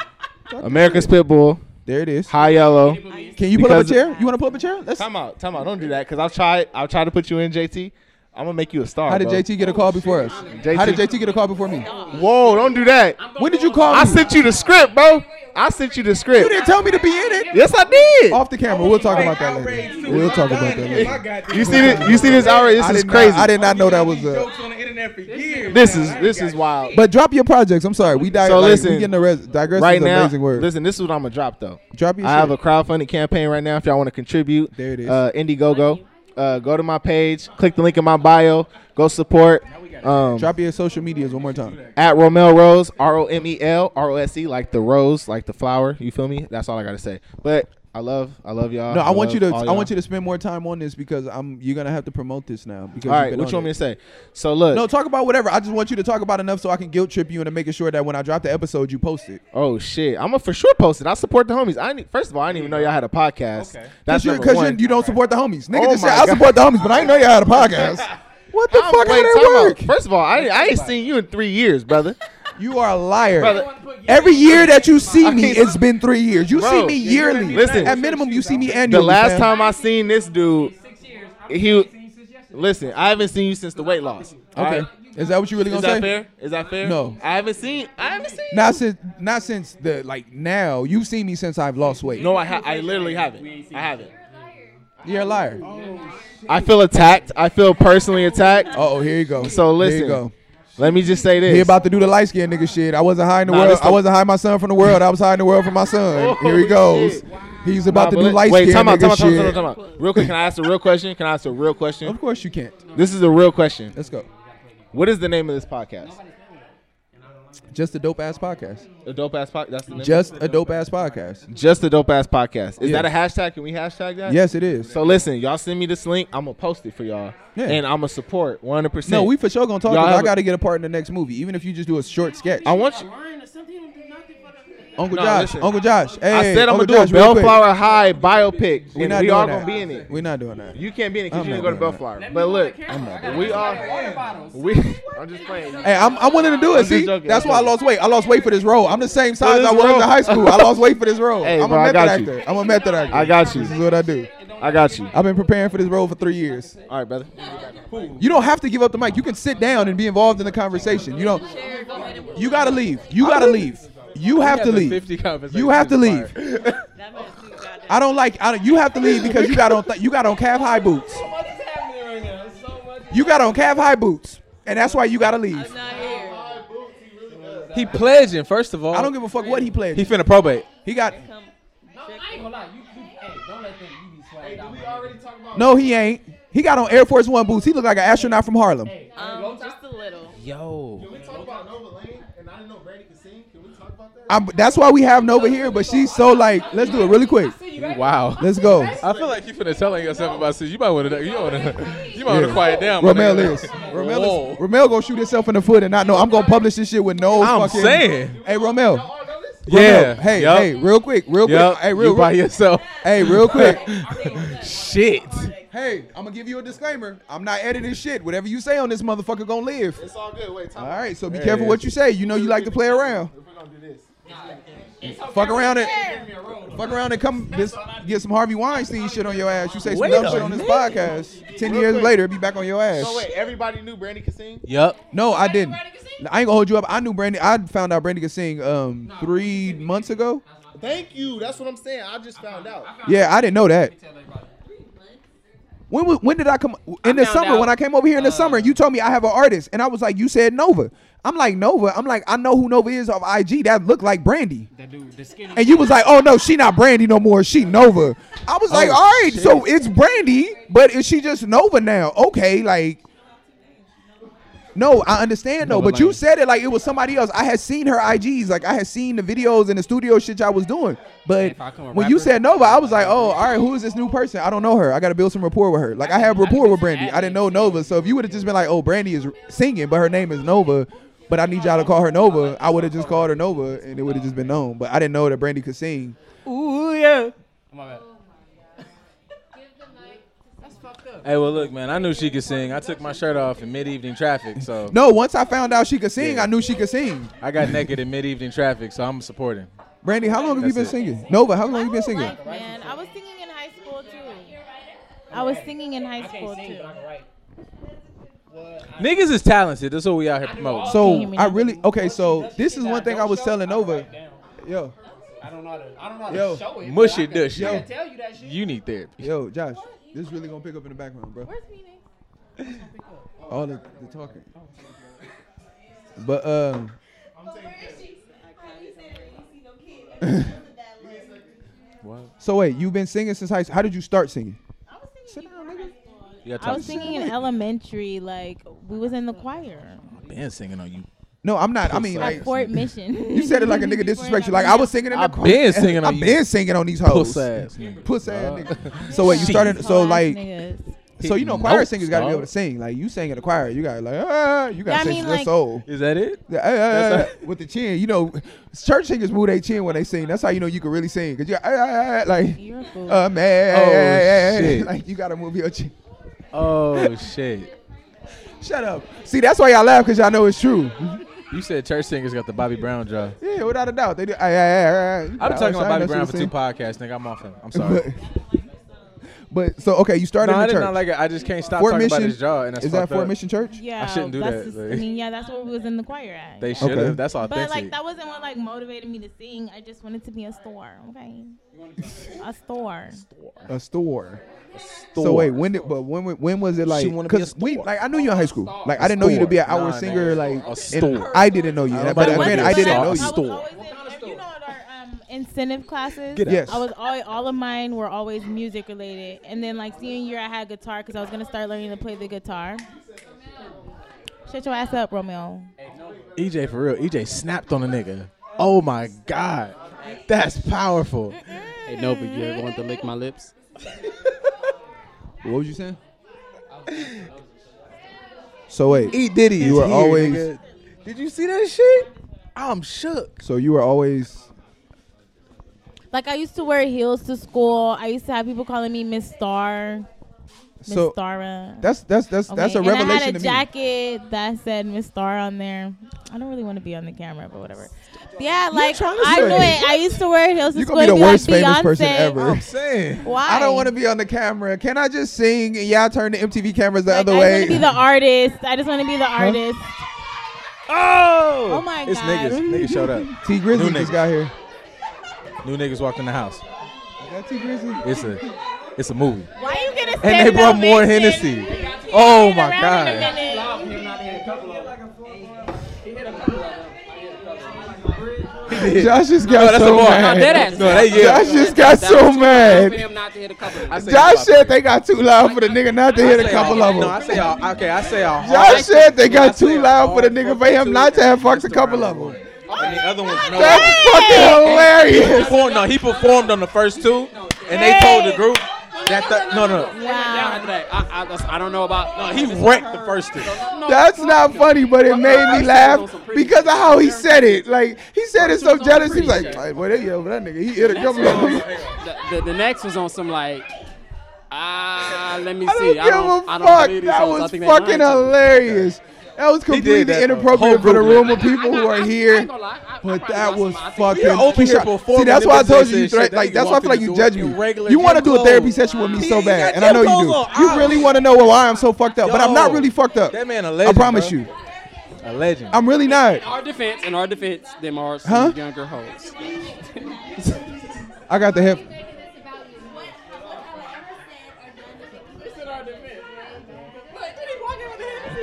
America's Pitbull, There it is. High Yellow. Can you pull up a Because- chair? You want to pull up a chair? Let's. Time out, time out. Don't do that, cause I'll try. I'll try to put you in, JT. I'm gonna make you a star. How did bro. JT get a call before us? JT. How did JT get a call before me? Whoa! Don't do that. When did you call I me? sent you the script, bro. I sent you the You script. didn't Oh, tell me to be in it. Yes, I did. Off the camera. We'll talk about that later. We'll talk about that later. You see this? You see this already? This I is did not- crazy. I did not know that was a. on the internet for years. This is this is wild. But drop your projects. I'm sorry. We di- So like, listen, we getting the res- digress right is an now, amazing word. listen. This is what I'm gonna drop though. drop your I shit. have a crowdfunding campaign right now. If y'all want to contribute, There it is. Uh, Indiegogo. Uh, go to my page. Click the link in my bio. Go support. Um, drop your social medias one more time. at Romel Rose, R O M E L R O S E, like the rose, like the flower. You feel me? That's all I gotta say. But I love, I love y'all. No, I want you to love all I want y'all. you to spend more time on this because I'm you're gonna have to promote this now. Because All right, what you want me to say? So look. No, talk about whatever. I just want you to talk about enough so I can guilt trip you into making sure that when I drop the episode, you post it. oh shit, I'm gonna for sure post it. I support the homies. I didn't, first of all, I didn't even know y'all had a podcast. That's Because you, number one. you don't support the homies. Nigga, Oh just said my I God. support the homies, but I didn't know y'all had a [laughs] podcast. What the I'm- fuck? wait, how time out. that work? First of all, I, I ain't seen you in three [laughs] years, brother. You are a liar. brother Every year that you see me, Okay. it's been three years. You Bro, see me yeah, yearly. Listen. at minimum, you see me annually. the last fam. time I seen this dude, he. Listen, I haven't seen you since the weight loss. all Okay, right? is that what you really Is gonna say? that fair? Is that fair? No. I haven't seen. I haven't seen. Not since not since the like now. You've seen me since I've lost weight. No, I ha- I literally haven't. I haven't. You're a liar. I feel attacked. I feel personally attacked. Oh, here you go. So Here you listen. go. Let me just say this. He about to do the light skinned nigga shit. I wasn't hiding the Nah, world. this I wasn't hiding my son from the world. I was hiding the world from my son. Oh, Here he goes. shit. He's Nah, about to but do let- light Wait, skinned time out, nigga time out, time out, shit. time out. Real quick, can I ask a real question? Can I ask a real question? Of course you can't. This is a real question. Let's go. What is the name of this podcast? Just a dope ass podcast. A dope ass podcast. That's the name. Just a dope ass podcast. Just a dope ass podcast. Is Yeah. that a hashtag? Can we hashtag that? Yes, it is. So listen, y'all send me this link. I'm gonna post it for y'all, Yeah. and I'm gonna support 100. percent No, we for sure gonna talk. Y'all 'cause have I a- got to get a part in the next movie, even if you just do a short sketch. I want you. Uncle No, Josh, listen. Uncle Josh. Hey, I said I'm Uncle gonna do Josh, a real quick. Bellflower High biopic, We're and not we doing all that. gonna be in it. We're not doing that. You can't be in it because I'm you didn't not go to doing that. Bellflower. But look, we are. [laughs] We. I'm just playing. Hey, I'm, I'm willing to do it. I'm just See, joking, that's I'm why I joking. lost weight. I lost weight for this role. I'm the same size this I was role. in high school. I lost weight for this role. [laughs] Hey, I'm bro, a I method got you. actor. I'm a method actor. I got you. This is what I do. I got you. I've been preparing for this role for three years. All right, brother. You don't have to give up the mic. You can sit down and be involved in the conversation. You don't. You gotta leave. You gotta leave. You have to leave. You have to leave. That man too goddamn. I don't like. I don't, you have to leave because you got on th- you got on calf high boots. You got on calf high boots, and that's why you gotta leave. I'm not here. He pledging. First of all, I don't give a fuck what he played. He finna probate. He got Come. no. He ain't. He got on Air Force One boots. He looked like an astronaut from Harlem. Um, just a little. I'm, that's why we have Nova here. But she's so like, let's do it really quick. Wow. Let's go. I feel like you finna telling yourself about this. You might wanna, you wanna, you might Yeah. wanna quiet down. my Romel nigga. is. Romel Whoa. is. Romel gonna shoot himself in the foot and not know. I'm gonna publish this shit with no I'm fucking. saying. Hey Romel. Yeah. Romel, Hey, Yup. hey, real quick, real Yup. quick. Hey, you real, by real yourself. [laughs] Hey, [laughs] real quick. Shit. hey, I'm gonna give you a disclaimer. I'm not editing shit. Whatever you say on this motherfucker gonna live. It's all good. Wait, All right, so be There it careful is. what you say. You know you like to play around. If we're gonna do this, Fuck around it. Fuck around and come this, get some Harvey Weinstein shit on your ass. You say some Wait dumb a shit on this minute. podcast. Ten Real years quick. later, be back on your ass. So wait, everybody knew Brandy could sing. Yep. No, I didn't. I ain't gonna hold you up. I knew Brandy. I found out Brandy could sing um, three months ago. Thank you. That's what I'm saying. I just found out. Yeah, I didn't know that. When was, when did I come in the found summer? out, when I came over here in the uh, summer, you told me I have an artist, and I was like, you said Nova. I'm like Nova. I'm like I know who Nova is off IG. That looked like Brandy. That dude, the skinny. And you was like, oh no, she not Brandy no more. She Nova. I was Oh, like, all right, so it's Brandy, but is she just Nova now? Okay, like. No, I understand though, Nova but you Lane. said it like it was somebody else. I had seen her IGs, like I had seen the videos and the studio shit y'all was doing. But If I come a when you rapper- said Nova, I was like, oh, all right, who is this new person? I don't know her. I got to build some rapport with her. Like I have rapport with Brandy. I didn't know Nova, so if you would have just been like, oh, Brandy is singing, but her name is Nova, but I need y'all to call her Nova, I would have just called her Nova, and it would have just been known. But I didn't know that Brandy could sing. Ooh yeah. My bad. Hey, well, look, man. I knew she could sing. I took my shirt off in mid-evening traffic, so No, once I found out she could sing, Yeah. I knew she could sing. I got naked in mid-evening traffic. So I'm supporting. Brandy, how long have you been That's it. singing? Nova, how long have you been I singing? like, man. I was singing in high school too. I was singing in high school too. Niggas is talented. That's what we out here promoting. So Can you So hear me I now? really okay. So this is one thing I was telling Nova. Yo, I don't know how to, I don't know how to Yo, show it. mush but I it, can- dush I it. can tell you that shit. you need therapy. yo, Josh, this is really gonna pick up in the background, bro. All the, the talking. But um, [laughs] What? so wait, you've been singing since high. How did you start singing? You got I was talk. singing in elementary, like we was in the choir Been singing on you. No, I'm not. I mean, like at Fort Mission. you said it like a [laughs] nigga disrespect you. Like I was singing in the I've choir. been singing on I've you. been singing on these hoes. Puss ass. Puss ass nigga. So wait, you started. So Whole-ass like, niggas. so you know, Hitting choir notes, singers gotta be dog. able to sing. Like you sang in the choir, you got to like, ah, you Yeah, got to I sing mean, for your like- soul. Is that it? Yeah, hey, hey, That's hey, with the chin. You know, church singers move their chin when they sing. That's how you know you can really sing. Cause you hey, hey, hey, like You're a fool. uh, man, Oh, shit. like you gotta move your chin. Oh shit. Shut up. See, that's why y'all laugh because y'all know it's true. You said church singers got the Bobby Brown jaw. Yeah, without a doubt, they do. Hey, hey, hey, hey. I've been talking about Outside, Bobby that's Brown what for I'm saying. two podcasts, nigga. I'm off him. [laughs] I'm sorry. But, but so okay, you started No, in I the did church. not like it. I just can't stop Fort talking Mission. about his jaw, and that's Is that fucked Fort up. Mission Church? yeah, shouldn't do that's that, just- I like- mean, yeah, that's where we was in the choir at. They should have. Okay. That's but authentic. like that wasn't what like motivated me to sing. I just wanted to be a store, okay? [laughs] a store. A store. So wait, when did? But when when was it like? She wanna be a Because we store. like I knew you in high school. Like I didn't know you to be an store. hour Nah, singer. nigga. Like A and store. I didn't know you. I don't But know again, about I that. didn't Store. know I you. was Store. always in, you know, at our um, incentive classes, Get out. I was all all of mine were always music related, and then like senior year I had guitar because I was gonna start learning to play the guitar. Shut your ass up, Romeo. E EJ for real. EJ snapped on a nigga. Oh my god, that's powerful. Hey Nova, you ever want to lick my lips? What was you saying? So wait, E Diddy, You is were here, always- nigga. Did you see that shit? I'm shook. so you were always Like I used to wear heels to school. I used to have people calling me Miss Star, Miss so Stara. that's that's that's Okay, that's a and I had revelation a to me. jacket that said Miss Star on there. I don't really want to be on the camera, but whatever. Yeah, like I say- knew it. I used to wear heels to You school. gonna be the and like, worst famous person Beyonce. Oh, ever. I'm saying. Why? I don't want to be on the camera. Can I just sing? And y'all turn the MTV cameras the Like, other I just want to be way. the artist. I just want to be the artist. Oh. Oh my It's God. niggas. niggas showed up. T Grizzly New just niggas. got here. New niggas walked in the house. Is that T Grizzly? It's a, it's a movie. Why are you gonna? And they brought more Hennessy. Oh my god. god. Josh just No, got that's so a bar. mad. No, dead ass. No, they Josh yeah. just got so mad. not to hit a couple. I say Josh y'all- said they got too loud for the nigga not to I hit a say couple y'all- of No, I them. say y'all. Okay, I say y'all. Josh said they I got say too loud all for the nigga for fucking him two not to have niggas fucked a around couple of one. them. And the other Oh one's no. That's fucking hilarious. Performed, no, he performed on the first two, and they told the group that the, no, no, no. Wow. I, I, that's- I don't know about. No, he wrecked the first two. That's not funny, but it made me laugh because of how he said it. Like he said it so jealous. He was like, like "What yo, that nigga? He hit a couple of them." The, the, the next was on some like. Ah, let me I don't see. give I don't, I a don't believe fuck. these That hoes. I was think they lying fucking to me. hilarious. That was completely that, though. inappropriate for the Whole group room of laughed. people who are [laughs] I, I, I here. ain't gonna lie. But probably that lost was my- I think- fucking. We are over Keisha- here performing See, that's why I and told this you. you bitch said threat, shit, like they that's why I feel walk like in you the judge door me. in regular You want to gym do a therapy clothes. session with me He so ain't bad, got and I know gym you do. clothes on. You really want to know why I'm so fucked up, but I'm not Yo. really fucked up. That man a I legend, promise bro. you, A legend. I'm really not. In our defense, in our defense, them are some Huh? younger hoes. I got the hip.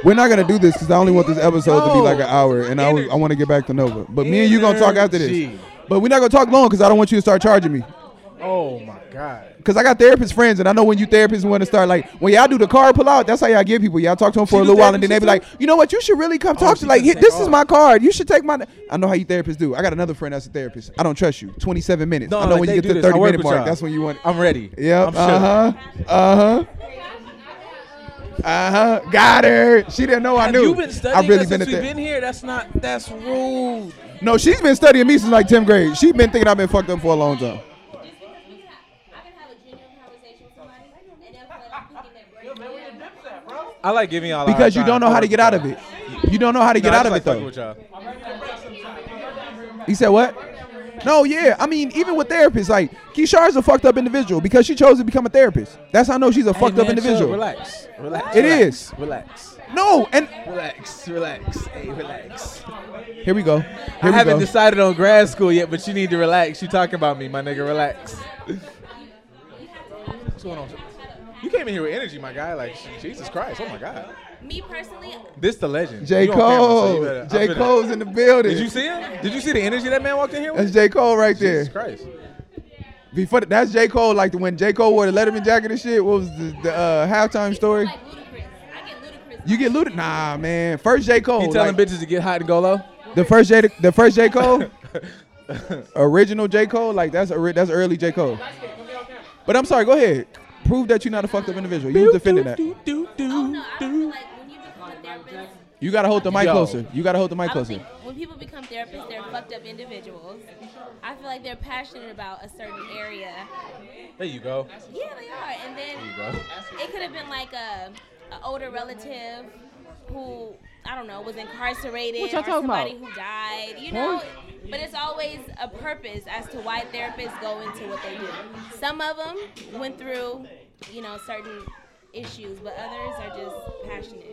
We're not gonna do this because I only want this episode to be like an hour, and I, was- I want to get back to Nova. But me and you gonna talk after this. Energy. But we're not gonna talk long because I don't want you to start charging me. oh my god. Cause I got therapist friends, and I know when you therapists want to start like when y'all do the car pull out, that's how y'all get people. Y'all talk to them for She a do little while, and therapy then they be too? like, you know what, you should really come talk she to like couldn't hit- this take is ours. my card. You should take my. I know how you therapists do. I got another friend that's a therapist. I don't trust you. Twenty seven minutes. No, I know like, when they you do get to the this. I thirty work minute with mark, y'all. that's when you want. I'm ready. Yep. I'm shook. Uh huh. Uh huh. Uh huh. Got her. She didn't know I Have knew. you been studying I've really us been since a we've ther- been here? That's not. That's rude. No, she's been studying me since like tenth grade. She's been thinking I've been fucked up for a long time. Just because we can have, I can have a genuine conversation with somebody, and that's what I'm picking their brain. I like giving y'all a hard Because you time. don't know how to get out of it. You don't know how to No, get I out just of like it fucking though. with y'all. He said what? No, yeah. I mean, even with therapists, like Keisha's a fucked up individual because she chose to become a therapist. That's how I know she's a fucked Hey, up man, chill, individual. Relax. Relax. It It is. is. relax, No, and Relax. Relax. Relax. Hey, relax. here we go. Here I we haven't go. decided on grad school yet, but you need to relax. You talking about me, my nigga. Relax. What's going on? You came in here with energy, my guy. Like Jesus Christ. Oh my God. Me personally, This the legend. J. You on camera, so you Cole. better- I J. finna- Cole's in the building. Did you see him? Did you see the energy that man walked in here with? That's J. Cole right there. Jesus Christ. Before the, that's J. Cole, like the, when J. Cole wore the Letterman jacket and shit. What was the, the uh, halftime story? like ludicrous. I get ludicrous. You get looted. Nah, man. First J. Cole. He telling Oh, like, bitches to get hot and go low. the first J. The first J. Cole. original J. Cole. Like that's ori- that's early J. Cole. But I'm sorry. Go ahead. Prove that you're not a fucked up individual. You was defending that. Oh no, I feel like when you become a therapist, You gotta hold the mic Yo. closer. You gotta hold the mic I don't closer. think when people become therapists, they're fucked up individuals. I feel like they're passionate about a certain area. There you go. Yeah, they are. And There you then go. it could have been like a, a older relative who I don't know was incarcerated What y'all or talking somebody about? who died. You know. But it's always a purpose as to why therapists go into what they do. Some of them went through, you know, certain issues, but others are just passionate.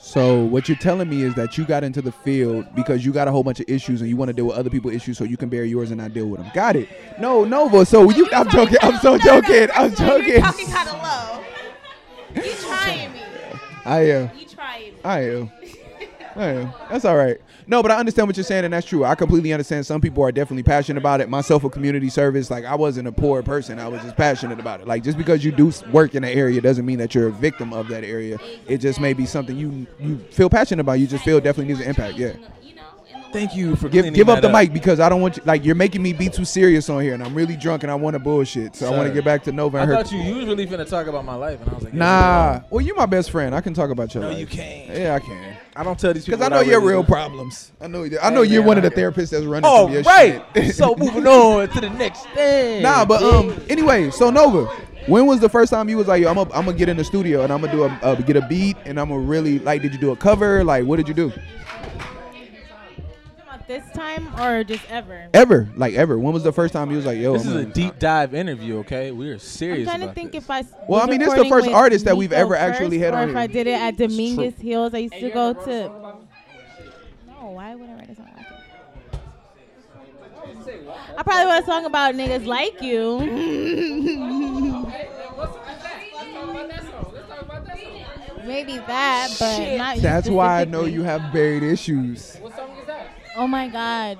So what you're telling me is that you got into the field because you got a whole bunch of issues and you want to deal with other people's issues so you can bear yours and not deal with them. Got it? No, Nova. So you, You're I'm talking joking. I'm kinda- so no, no, no, joking. I'm first of all, You're joking. talking kind of low. You trying me? I am. You trying me? I am. I am. That's all right. No, but I understand what you're saying, and that's true. I completely understand. Some people are definitely passionate about it. Myself, a community service. Like I wasn't a poor person. I was just passionate about it. Like just because you do s- work in an area doesn't mean that you're a victim of that area. It just may be something you you feel passionate about. You just feel definitely needs an impact. Yeah. You know, in the world. Thank you for Give, cleaning give up that the mic because I don't want you. Like you're making me be too serious on here, and I'm really drunk, and I want to bullshit. So I want to Sir. get back to Nova I and her. thought you you was really finna talk about my life, and I was like, yeah, Nah. Well, you're my best friend. I can talk about your No, life. you can't. Yeah, I can. I don't tell these people. Because I know what your really real do. problems. I know. I know Hey, you're man, one of I the get- therapists that's running All from your right. [laughs] shit. [laughs] so moving on to the next thing. nah, but um. Anyway, so Nova, when was the first time you was like, yo, I'm gonna I'm gonna get in the studio and I'm gonna do a uh, get a beat and I'm gonna really like, did you do a cover? Like, what did you do? Talking about This time or just ever? Ever, like ever. When was the first time you was like, yo? this I'm is a gonna- deep dive interview. Okay, we are serious. I'm trying to about think this. if I. s- Well, I was mean, this the recording first with artist that we've Nico ever actually first, had or on if here. I did it at Dominguez Hills, I used to go to. No, why would I write a song like that? I probably wrote a song about niggas like [laughs] you. Maybe that, but not [laughs] you That's why I know specifically. you have buried issues. Oh my God.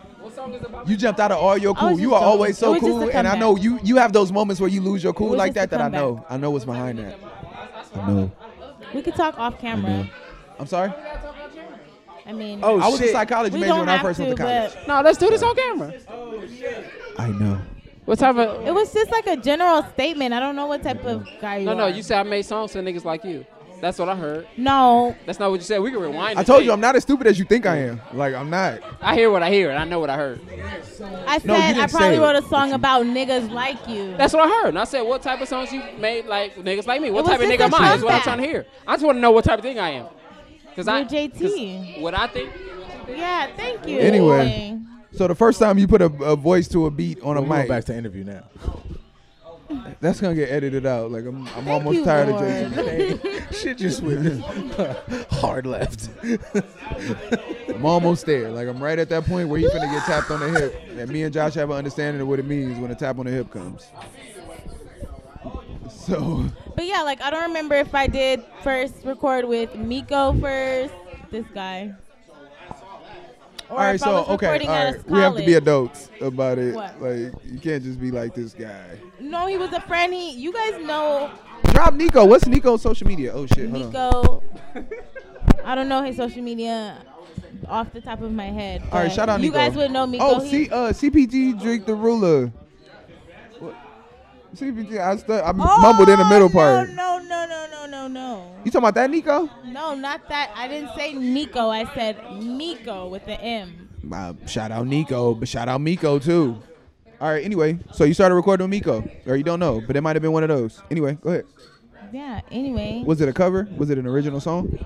You jumped out of all your I was cool. You just are a- always it so was just a cool, and I comeback. know you. You have those moments where you lose your cool was like just that. a That I know. comeback. I know what's behind that. I know. We could talk off camera. I'm sorry. I mean, Oh, I was a shit. psychology we major don't when I have first to, went to college. but No, let's do this on camera. I know. What type of? it was just like a general statement. I don't know what type of guy you No, are. no. You said I made songs to niggas like you. That's what I heard. no. That's not what you said. We can rewind. I the told tape. you I'm not as stupid as you think I am. Like I'm not. I hear what I hear, and I know what I heard. I said No, you I didn't probably say it. wrote a song about niggas like you. That's what I heard. And I said, what type of songs you made like niggas like me? What It was type of just nigga a am I? That's what I'm comeback. trying to hear. I just want to know what type of thing I am. Cause I You're JT. What I think. Yeah, thank you. Anyway. So the first time you put a, a voice to a beat on a I'm going mic, back to interview now. that's gonna get edited out. Like I'm, I'm almost you, tired Lord. of [laughs] Jay Z. Shit just went hard left. [laughs] I'm almost there. Like I'm right at that point where he's gonna get tapped on the hip. And me and Josh have an understanding of what it means when a tap on the hip comes. So But yeah, like I don't remember if I did first record with Miko first, this guy. Or all right, if so I was okay, all recording at right. his We have to be college. adults about it. What? Like you can't just be like this guy. No, he was a friend. He, you guys know Drop Nico. What's Nico's social media? Oh shit, hold on. Miko. I don't know his social media off the top of my head. All right, but shout out You Nico. guys would know Miko. Oh, He- C, uh, CPG Drink the Ruler. What? CPG, I, stu- I Oh, mumbled in the middle part. No, no, no, no, no, no, You talking about that, Nico? no. No, not that. I didn't say Nico. I said Miko with the M. Uh, shout out Nico, but shout out Miko too. All right, anyway, so you started recording with Miko, or you don't know, but it might have been one of those. Anyway, go ahead. Yeah. Anyway. Was it a cover? Was it an original song?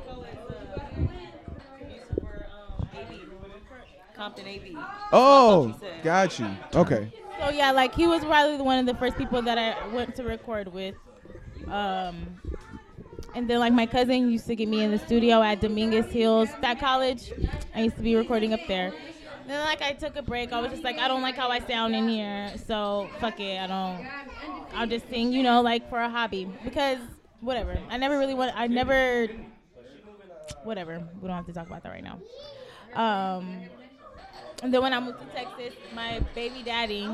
Compton AB. Oh, got you. Okay. So yeah, like he was probably one of the first people that I went to record with. Um, and then like my cousin used to get me in the studio at Dominguez Hills, that college. I used to be recording up there. Then like I took a break. I was just like, I don't like how I sound in here, so fuck it. I don't. I'll just sing, you know, like for a hobby because whatever. I never really want. I never. Whatever. We don't have to talk about that right now. Um, and then when I moved to Texas, my baby daddy,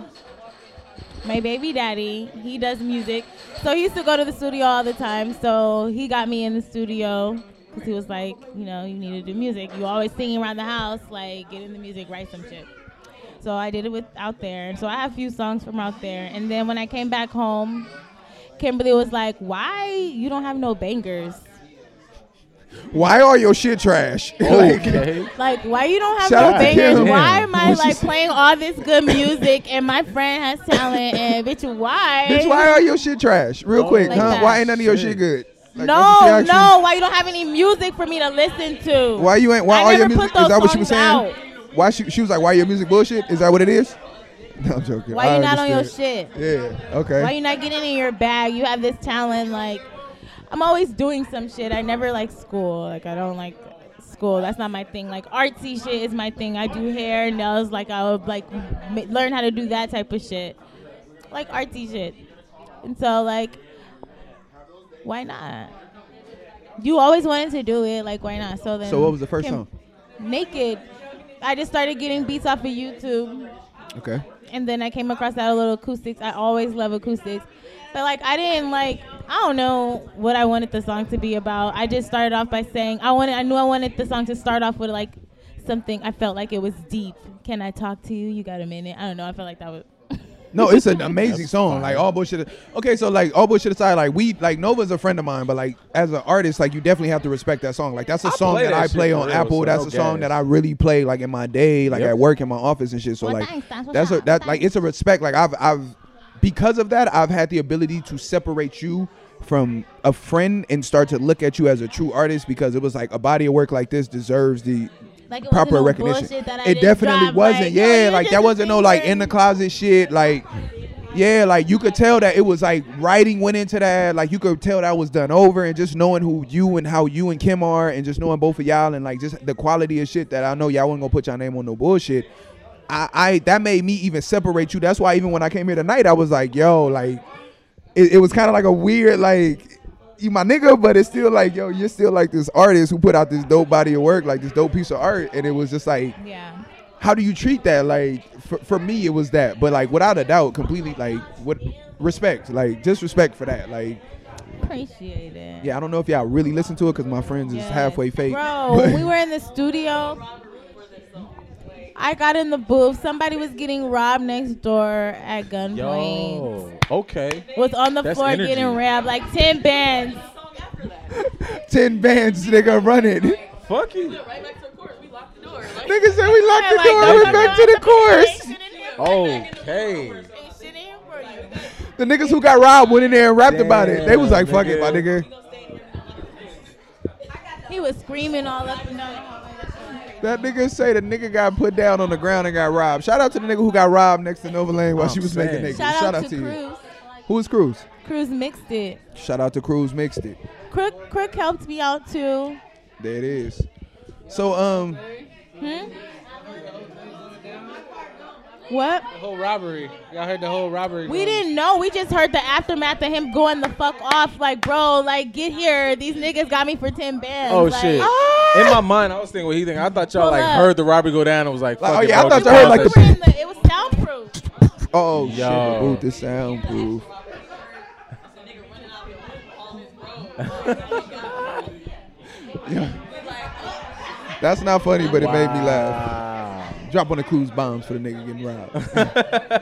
my baby daddy, he does music. So he used to go to the studio all the time. So he got me in the studio because he was like, you know, you need to do music. You always singing around the house, like get in the music, write some shit. So I did it with out there. So I have a few songs from out there. And then when I came back home, Kimberly was like, "Why you don't have no bangers? Why are your shit trash? [laughs] Oh. Like, Okay. Like, why you don't have Shout out no to bangers? Kim. Why am I What she like said. playing all this good music and my friend has talent and bitch, why? bitch, why are your shit trash? Real quick, Like huh? that. Why ain't none of your shit good? Like, that's no, what she asked you. no. Why you don't have any music for me to listen to? Why you ain't? Why I all your never music? put Is that those what she was saying? songs Why she? She was like, "Why your music bullshit? Is that what it is?" [laughs] No, I'm joking. Why I you not on your understand. shit? Yeah. Okay. Why you not getting in your bag? You have this talent. Like, I'm always doing some shit. I never like school. Like, I don't like school. That's not my thing. Like, artsy shit is my thing. I do hair, nails. Like, I would like ma- learn how to do that type of shit. Like artsy shit. And so like, why not? You always wanted to do it. Like, why not? So then. so what was the first Kim- song? Naked. I just started getting beats off of YouTube Okay. and then I came across that little acoustics. I always love acoustics, but like I didn't like I don't know what I wanted the song to be about. I just started off by saying I wanted I knew I wanted the song to start off with like something I felt like it was deep. Can I talk to you? You got a minute? I don't know. I felt like that was [laughs] No, it's an amazing song. Like all bullshit. Okay, so like all bullshit aside, like we like Nova's a friend of mine, but like as an artist, like you definitely have to respect that song. Like that's a I song play that, that I shit play for on real, Apple. so that's no a song gas. that I really play like in my day, like Yep. at work in my office and shit. So Well, like thanks, that's what's that's a up. that like Thanks. it's a respect. Like I've I've because of that, I've had the ability to separate you from a friend and start to look at you as a true artist because it was like a body of work like this deserves the like it proper wasn't no recognition. bullshit that I It didn't definitely drive, wasn't. like, yeah, you're like just that a wasn't no like singer. in the closet shit. Like, yeah, like you could tell that it was like writing went into that. Like you could tell that was done over, and just knowing who you and how you and Kim are, and just knowing both of y'all, and like just the quality of shit that I know y'all wasn't gonna put y'all name on no bullshit. I, I that made me even separate you. That's why even when I came here tonight, I was like, yo, like it, it was kind of like a weird like you my nigga but it's still like yo you're still like this artist who put out this dope body of work like this dope piece of art and it was just like Yeah. how do you treat that like for, for me it was that but like without a doubt completely like what respect like just respect for that like Appreciate it. yeah i don't know if y'all really listen to it because my friends is Yes. halfway fake Bro, [laughs] but- when we were in the studio, I got in the booth. Somebody was getting robbed next door at gunpoint. Yo. Okay. Was on the That's floor energy. getting robbed like ten bands. 10 bands nigga run it nigga Fuck you. Right back to the court. We locked the door. Like, said we locked the Like, door don't went come back around to the bitch. course Ain't shit in here. Okay. Ain't shit in here for you. the niggas who got robbed went in there and rapped about it they was like fuck it my Damn, nigga He was screaming all up and down the hallway. That nigga say the nigga got put down on the ground and got robbed. Shout out to the nigga who got robbed next to Nova Lane while I'm she was saying. making niggas. Shout, out, to, Cruz. you. Who is Cruz? Cruz mixed it. Shout out to Cruz mixed it. Crook, Crook helped me out too. There it is. So um, Hmm? What? The whole robbery. Y'all heard the whole robbery. We going- didn't know. We just heard the aftermath of him going the fuck off. Like, bro, like get here. These niggas got me for ten bands. Oh Like, Ah! shit! In my mind, I was thinking what he thinking. I thought y'all Pull like up. heard the robbery go down. and was like, Like, oh, fuck it, yeah, I bro, thought just y'all heard, like, pause that We were in the- it was soundproof. oh shit, Yo. the booth is soundproof. Yeah. "Oh, That's not funny, but it made me laugh. Drop on the Cruz bombs for the nigga getting [laughs] robbed.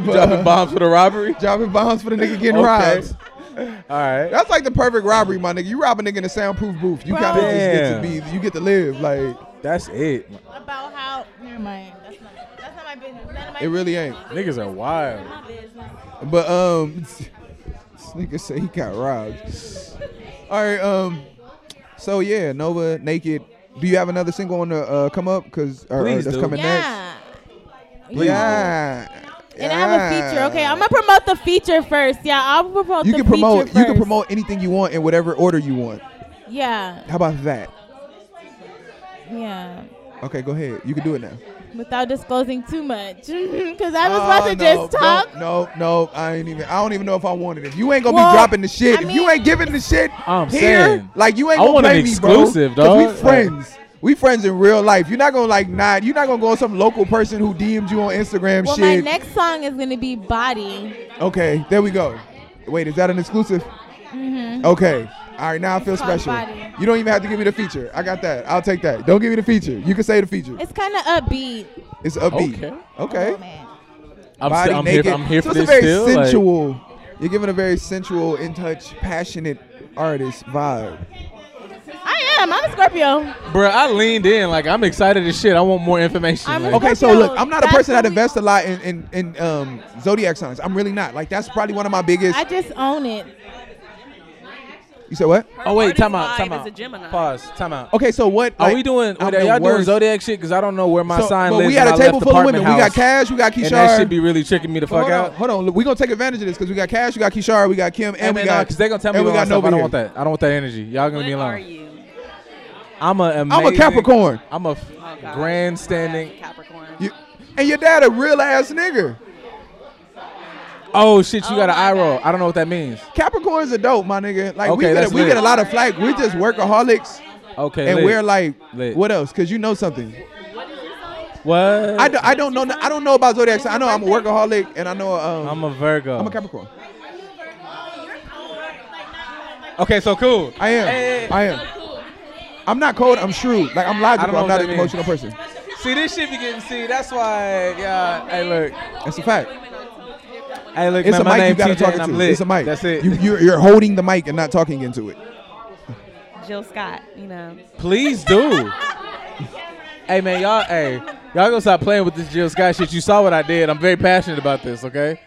[laughs] uh, Dropping bombs for the robbery. Dropping bombs for the nigga getting Okay. robbed. All right. That's like the perfect robbery, my nigga. You rob a nigga in a soundproof booth. You Bro. kind of just get to Damn. be, you get to live. Like That's it. About how? Never mind. That's not. That's not my business. None of my it really ain't. Niggas are wild. But um, [laughs] this nigga say he got robbed. All right. Um. So yeah, Nova naked. Do you have another single on the uh, come up? Cause or, or Please that's do. coming next. Yeah. Yeah. And I have a feature. Okay, I'm gonna promote the feature first. Yeah, I'll promote. You the can feature promote. First. You can promote anything you want in whatever order you want. Yeah, How about that? yeah. Okay, go ahead. You can do it now. Without disclosing too much, [laughs] because I was Oh, about to just talk. No, no, I ain't even. I don't even know if I want it. If you ain't gonna Well, be dropping the shit, I if you mean- ain't giving the shit I'm here, saying. like you ain't I gonna want play an me, bro, exclusive, 'cause dog. We friends. we friends in real life. You're not gonna like not. You're not gonna go on some local person who DM'd you on Instagram Well, my shit. next song is gonna be "Body." okay, there we go. Wait, is that an exclusive? Okay. All right, now I feel Mm-hmm. It's called special. Body. You don't even have to give me the feature. I got that. I'll take that. Don't give me the feature. You can say the feature. It's kind of upbeat. It's upbeat. Okay. Okay. Oh, man. I'm, body still, I'm naked. here. I'm here so for it's this a very still. like- sensual. you're giving a very sensual, in touch, passionate artist vibe. I am. I'm a Scorpio. Bruh, I leaned in like I'm excited as shit. I want more information. I'm like- a- Okay, so look, I'm not a That's person what that we- invests a lot in in, in um, zodiac signs. I'm really not. Like that's probably one of my biggest. I just own it. you said what? Her oh wait, artist time out, vibe time out. Is a Gemini. Pause, time out. Okay, so what? Are like, we doing? I'm Wait, the are y'all doing worst. zodiac shit? Because I don't know where my So- sign but lives. we had and a I table left full of women. apartment We got house. Cash. We got Kishar. And that shit be really tricking me the fuck hold out. On, hold on, we gonna take advantage of this because we got Cash, we got Kishar, we got Kim, and, And we then, got. because they gonna tell me and we about got myself. Nova I don't here. want that. I don't want that energy. Y'all gonna What be are alone. you? I'm a amazing, I'm a Capricorn. I'm a Oh, God. grandstanding. Capricorn. You, and your dad a real ass nigga. Oh shit, you Oh got an my eye roll. God. I don't know what that means. Capricorns are dope, my nigga. Like Okay, we get that's a, we lit. get a lot of flack. We just workaholics, Okay, and lit. we're like, Lit. what else? Because you know something. what? I, do, I don't know I don't know about zodiacs. I know I'm a workaholic, and I know um, am a Virgo. I'm a Capricorn. okay, so cool. I am. Hey, hey, I am. I'm not cold. I'm shrewd. Like I'm logical. know I'm what not that an means. emotional person. See, this shit be getting see. That's why, yeah. Hey, look. That's a fact. Hey, look. It's man, a my mic you name gotta TJ talk and I'm into. lit. It's a mic. That's it. You, you're, you're holding the mic and not talking into it. Jill Scott, you know. Please do. hey, man, y'all. Hey, y'all gonna stop playing with this Jill Scott shit. You saw what I did. I'm very passionate about this. Okay.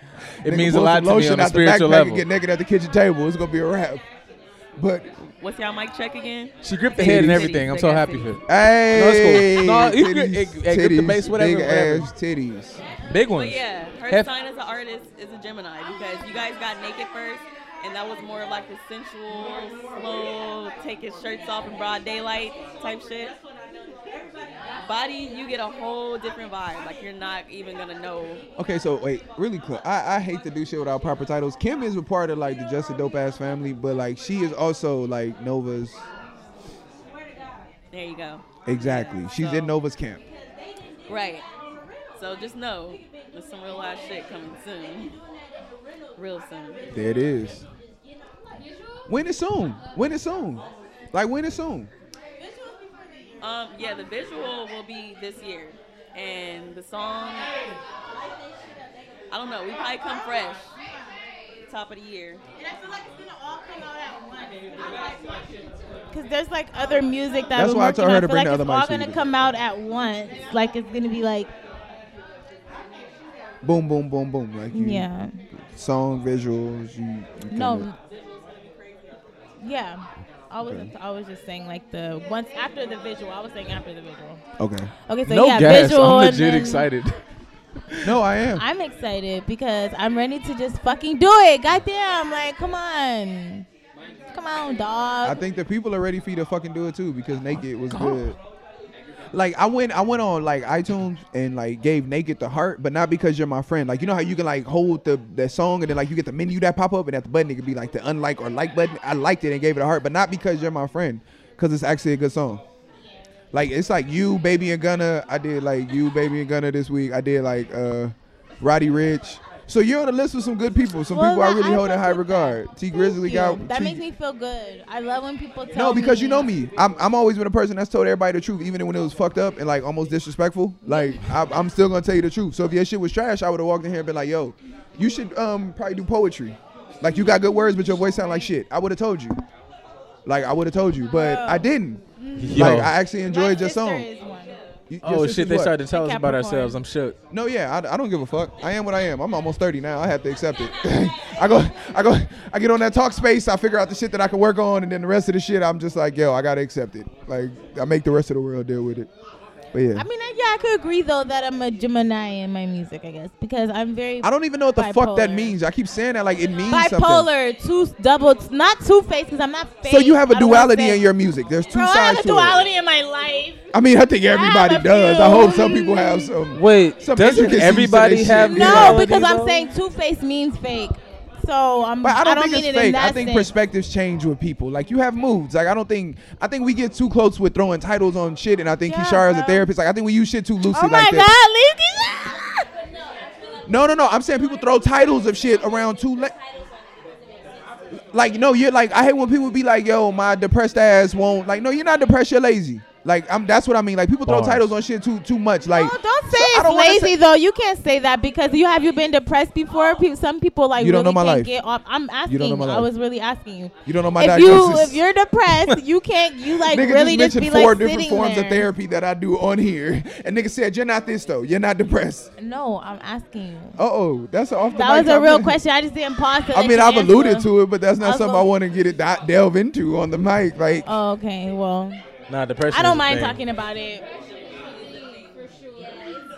It Nigga, means a pull lot some to me lotion on a out the spiritual backpack level. And get naked at the kitchen table. It's gonna be a wrap. But What's y'all mic check again? She gripped the head and Titties, everything. I'm so big ass happy for titties. it. hey, cool. No, you could- titties, hey, hey, grip the titties, base, whatever, big whatever. ass titties. Big But ones. yeah, her Hef- sign as an artist is a Gemini because you guys got naked first, and that was more of like the sensual, slow, taking shirts off in broad daylight type shit. Body, you get a whole different vibe. Like you're not even gonna know. Okay, so wait, really quick. I, I hate to do shit without proper titles. Kim is a part of like the Just a Dope Ass family, but like she is also like Nova's. There you go. Exactly. She's in Nova's camp. Right. So just know there's some real ass shit coming soon. Real soon. There it is. When is soon? When is soon? Like when is soon? Um, yeah, the visual will be this year, and the song. I don't know. We probably come fresh, top of the year. Cause there's like other music that That's we're why I working told her on. to I feel bring like the it's other mic all so you gonna can- come out at once. Like it's gonna be like, Boom, boom, boom, boom. Like you, yeah, Song visuals. Mm. You, you no, kinda- yeah. I was I was just saying like the once after the visual. I was saying after the visual. Okay. Okay, so no yeah, gas. visual. I'm and legit then- excited. No, I am. I'm excited because I'm ready to just fucking do it. Goddamn, like come on, come on, dog. I think the people are ready for you to fucking do it too because Naked was good. Like I went, I went on like iTunes and like gave Naked the heart, but not because you're my friend. Like you know how you can like hold the that song and then like you get the menu that pop up and at the button it could be like the unlike or like button. I liked it and gave it a heart, but not because you're my friend, because it's actually a good song. Like it's like you, baby and Gunna. I did like you, baby and Gunna this week. I did like uh Roddy Rich. So you're on the list with some good people, some Well, people I no, really I hold in fuck high with regard. T Thank Grizzly you. got That T- makes me feel good. I love when people tell no, because you know me. I'm, I'm always been a person that's told everybody the truth, even when it was fucked up and like almost disrespectful. Like I, I'm still gonna tell you the truth. So if your shit was trash, I would have walked in here and been like, "Yo, you should um probably do poetry. Like you got good words, but your voice sound like shit." I would have told you. Like I would have told you, but I didn't. Like I actually My enjoyed your sister song. is one. Y- your oh sister's shit! They what? started to tell us about Capricorn. ourselves. I'm shook. No, yeah, I, I don't give a fuck. I am what I am. I'm almost 30 now. I have to accept it. [laughs] I go, I go, I get on that talk space. I figure out the shit that I can work on, and then the rest of the shit, I'm just like, yo, I gotta accept it. Like, I make the rest of the world deal with it. But yeah, I mean, I, yeah, I could agree though that I'm a Gemini in my music, I guess, because I'm very I don't even know what the fuck that Bipolar. means. I keep saying that like it means something. bipolar, two double, not two faced, because I'm not. Faced. So you have a I don't wanna duality say- in your music. There's two Bro, I sides have to a it. duality in my life. I mean, I think everybody a does. few. I hope some people have some. Wait, Some doesn't intricacies to everybody this have? shit. No, duality, because I'm though? saying two faced means fake. So I'm. But I don't, think mean it's it in fake. that I think sense. perspectives change with people. Like you have moods. Like I don't think I think we get too close with throwing titles on shit and I think Yeah, Kishara is a bro. therapist. Like I think we use shit too loosely Oh my like God, that. Luke! is- No, no, no. I'm saying people throw titles of shit around too late. Like no, you're like I hate when people be like, "Yo, my depressed ass won't." Like no, you're not depressed. You're lazy. Like I'm. That's what I mean. Like people throw Bars. titles on shit too too much. Like No, Oh, don't say so I it's don't wanna lazy say- though. You can't say that because you have you been depressed before. Pe- Some people like You don't really know my can't life. get off. I'm asking. don't know my I life. was really asking you. you don't know my if you diagnosis. if you're depressed, you can't. You like nigga really just just, mentioned be four like different sitting forms there. of therapy that I do on here, and nigga said, "You're not this though. You're not depressed." No, I'm asking you. Uh oh, that's an off the. that mic was a real comment. question. I just didn't pause. To I let mean, you I've answer. alluded to it, but that's not I'll something go- I want to get it di- delve into on the mic. Like, Oh, okay. Well, Nah, depression. I is don't a mind thing. talking about it.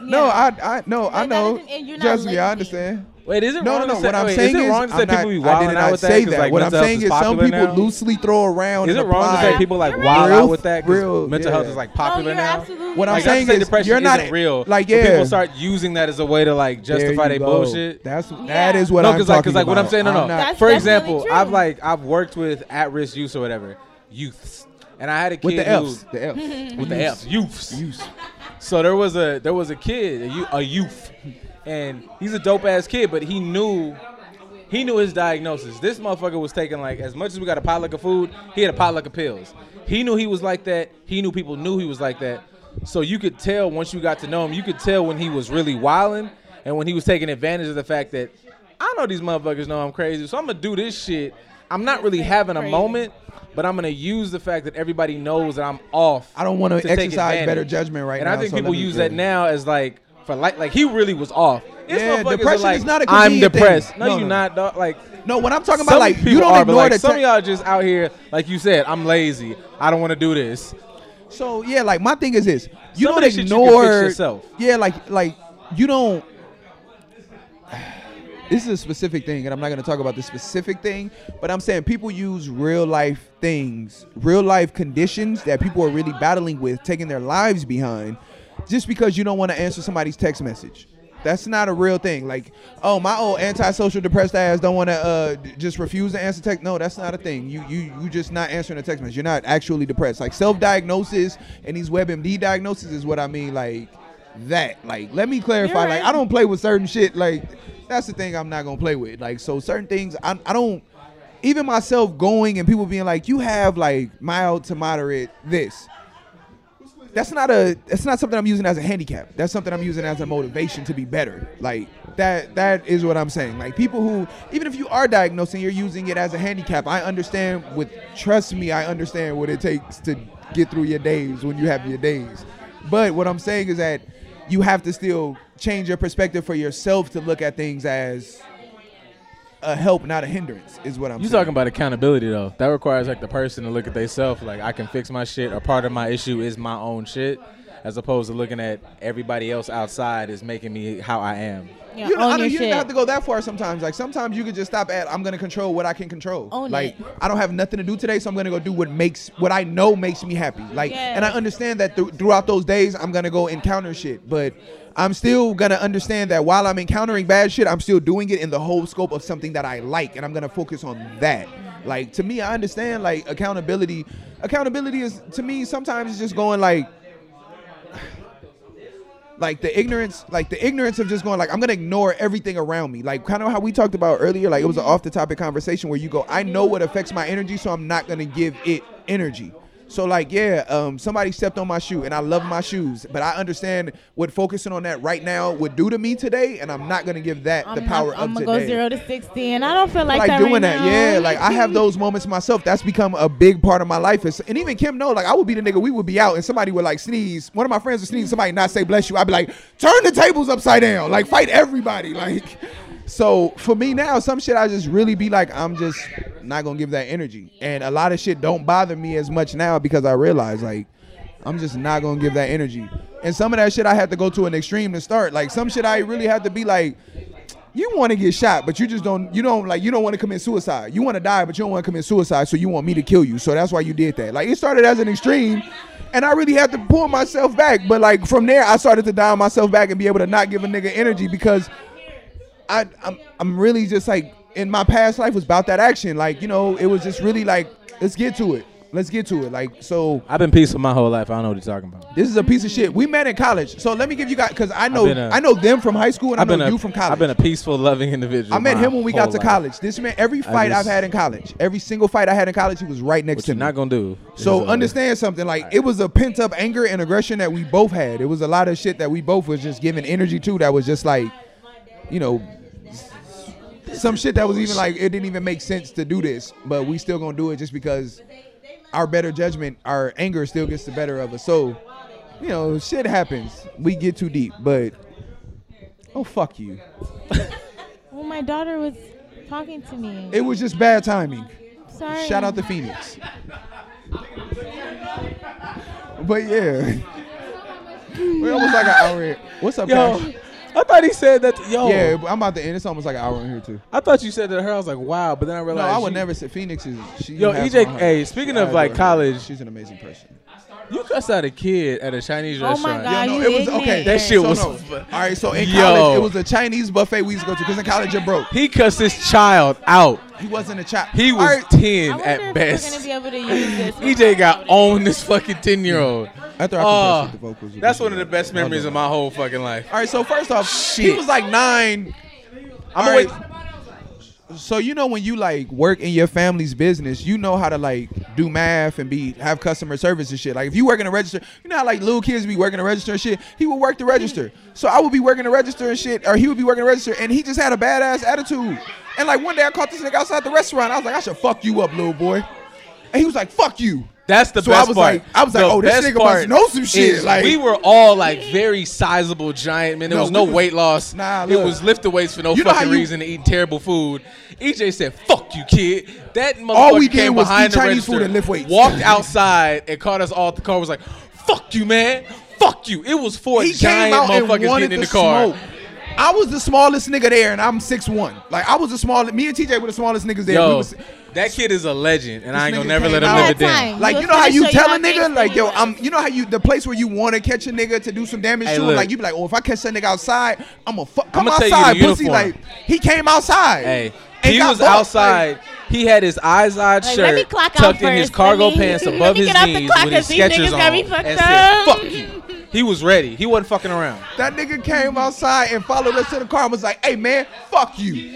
no, Yeah. I, I, no, I that know. doesn't- and you're not Trust me, I lazy. understand. Wait, is No, it no, wrong no. to say, What I'm wait, saying is it wrong to say I'm not, people be I did wilding not out with that? say 'cause, that. Like, what I'm mental health saying is some popular people now? loosely throw around. Is it and wrong to apply- say people like wild Real- out with that? 'cause real, mental health yeah. is like popular no, you're now. Oh, Absolutely What I'm Like, not right. to saying say is depression you're not- isn't real. like, When yeah. people start using that as a way to like There justify you their go. bullshit. That's Yeah. that is what no, I'm because talking like, cause, like what I'm about. saying, no, no. not- That's For definitely example, true. I've like I've worked with at-risk youths or whatever youths, and I had a kid with the who- F's, the [laughs] F's. with the F's youths. Use. So there was a there was a kid, a, you- a youth, and he's a dope ass kid, but he knew he knew his diagnosis. This motherfucker was taking like as much as we got a potluck of food, he had a potluck of pills. He knew he was like that. He knew people knew he was like that. So you could tell once you got to know him, you could tell when he was really wilding and when he was taking advantage of the fact that I know these motherfuckers know I'm crazy, so I'm gonna do this shit. I'm not really having a moment, but I'm gonna use the fact that everybody knows that I'm off. I don't wanna to take exercise better advantage. judgment right and now, I think so people let me- use yeah. that now as like for like like he really was off. This Yeah, motherfuckers are depression like, is not a I'm convenient thing." depressed. No, No, you no, no. not, dog. Like No, what I'm talking some about, like people you don't are, but, ignore like, the Some te- of y'all just out here, like you said, I'm lazy. I don't want to do this. So yeah, like my thing is this: you Some of don't this shit you can ignore fix yourself. Yeah, like like you don't. This is a specific thing, and I'm not going to talk about the specific thing, but I'm saying people use real life things, real life conditions that people are really battling with, taking their lives behind, just because you don't want to answer somebody's text message. That's not a real thing. Like, oh, my old antisocial depressed ass don't want to uh, d- just refuse to answer text. No, that's not a thing. You you you just not answering a text message. You're not actually depressed. Like self diagnosis and these WebMD diagnoses is what I mean. Like that. Like let me clarify. You're Like right. I don't play with certain shit. Like that's the thing I'm not gonna play with. Like so certain things I I don't. Even myself going and people being like, you have like mild to moderate this that's not a that's not something I'm using as a handicap. That's something I'm using as a motivation to be better. Like that that is what I'm saying. Like people who even if you are diagnosed and you're using it as a handicap, I understand with trust me, I understand what it takes to get through your days when you have your days. But what I'm saying is that you have to still change your perspective for yourself to look at things as a help, not a hindrance, is what I'm You saying. talking about accountability though? That requires like the person to look at themselves. Like I can fix my shit, or part of my issue is my own shit, as opposed to looking at everybody else outside is making me how I am. Yeah, You, don't, I own don't, your you don't shit. have to go that far sometimes. Like sometimes you could just stop at I'm gonna control what I can control. Own like it. I don't have nothing to do today, so I'm gonna go do what makes what I know makes me happy. Like and I Yes. understand that thr- throughout those days I'm gonna go encounter shit, but I'm still gonna understand that while I'm encountering bad shit, I'm still doing it in the whole scope of something that I like, and I'm gonna focus on that. Like to me, I understand like accountability. Accountability is to me sometimes it's just going like like the ignorance like the ignorance of just going like i'm gonna ignore everything around me like kind of how we talked about earlier like it was an off the topic conversation where you go i know what affects my energy so i'm not gonna give it energy so like yeah um, somebody stepped on my shoe and i love my shoes but i understand what focusing on that right now would do to me today and i'm not gonna give that the I'm, power I'm, of I'm today gonna go zero to sixty, and I don't feel like, like, that doing right that. now. Yeah, like I have those moments myself. That's become a big part of my life. It's, and even Kim know, like I would be the nigga. We would be out and somebody would like sneeze. One of my friends would sneeze. Somebody not say bless you. I'd be like, turn the tables upside down. Like fight everybody. [laughs] Like. So for me now, some shit I just really be like, I'm just not gonna give that energy, and a lot of shit don't bother me as much now because I realize like I'm just not gonna give that energy. And some of that shit I had to go to an extreme to start. Like some shit I really had to be like, you want to get shot, but you just don't. You don't like. You don't want to commit suicide. You want to die, but you don't want to commit suicide. So you want me to kill you. So that's why you did that. Like it started as an extreme, and I really had to pull myself back. But like from there, I started to dial myself back and be able to not give a nigga energy because I I'm, I'm really just like in my past life was about that action. Like you know, it was just really like let's get to it. Let's get to it. Like so. I've been peaceful my whole life. I don't know what you're talking about. This is a piece of shit. We met in college, so let me give you guys because I know been a- I know them from high school and I know a, you from college. I've been a peaceful, loving individual. I met my him when we got whole to life. college. This man, every fight just- I've had in college, every single fight I had in college, he was right next What to you're me. not gonna do. is, so uh, understand something. Like it was a pent up anger and aggression that we both had. It was a lot of shit that we both was just giving energy to. That was just like, you know, some shit that was even like it didn't even make sense to do this, but we still gonna do it just because our better judgment, our anger still gets the better of us. So, you know, shit happens. We get too deep, but oh fuck you. Well, my daughter was talking to me. It was just bad timing. Sorry. Shout out to Phoenix. But yeah. We're almost like an hour in. What's up, Yo, Oh. Cash? I thought he said that. Yo, Yeah, but I'm about to end. It's almost like an hour in here too. I thought you said that to her. I was like, wow. But then I No, realized I would you- never say Phoenix is. She Yo, has EJ, my heart. hey, speaking I of, like, adore her. college- she's an amazing person. You cussed out a kid at a Chinese Oh my restaurant. God, Yo, no, you it was- okay, ignorant. That So shit was. no. All right, so in Yo. college it was a Chinese buffet we used to go to because in college you're broke. He cussed his child out. He wasn't a child. He All was right, I 10 wonder at if we're best. gonna be able to [laughs] use this. E EJ got on this fucking 10 year old. after I Oh, compressed with the vocals, that's one of the best memories of my whole fucking life. All right, so first off, he Shit. was like nine. I'm All always. So you know when you like work in your family's business, you know how to like do math and be have customer service and shit. Like if you work in a register, you know how like little kids be working the register and shit. He would work the register, so I would be working the register and shit, or he would be working the register, and he just had a badass attitude. And like one day I caught this nigga outside the restaurant. I was like, I should fuck you up, little boy. And he was like, fuck you. That's the So best I was part. like- I was like, The oh, this best nigga must part know some shit, is like- we were all like very sizable giant men. There No, was no we was- weight loss. Nah, it look. was lifted weights for no You know how fucking you- reason and eating terrible food. EJ said, "Fuck you, kid." That motherfucker we did came was behind eat the Chinese register, food and lift weights. walked outside, and caught us all. at The car was like, "Fuck you, man." Fuck you! It was four He came giant out and motherfuckers wanted getting to in the car. smoke. I was the smallest nigga there, and I'm 6'1". Like I was the smallest. Me and TJ were the smallest niggas there. We Yo, was- that kid is a legend, and I ain't This gonna nigga never let came him out. live it Time. down. He Like was you know how finna you show tell a you how nigga gangsta like you yo was. I'm you know how you the place where you want to catch a nigga to do some damage Hey, to him look. like you be like oh if I catch that nigga outside I'm gonna fuck come I'ma tell you outside the pussy uniform. like he came outside Hey, and he got was bought, outside. he had his eyes eyed Like, shirt let me clock out tucked in his first. cargo Let me- pants [laughs] let above me his get off the knees clock with his 'cause these niggas sketchers got on, me fucked and said, up. "Fuck you." He was ready. He wasn't fucking around. like, that nigga came outside and followed us to the car and was like hey man fuck you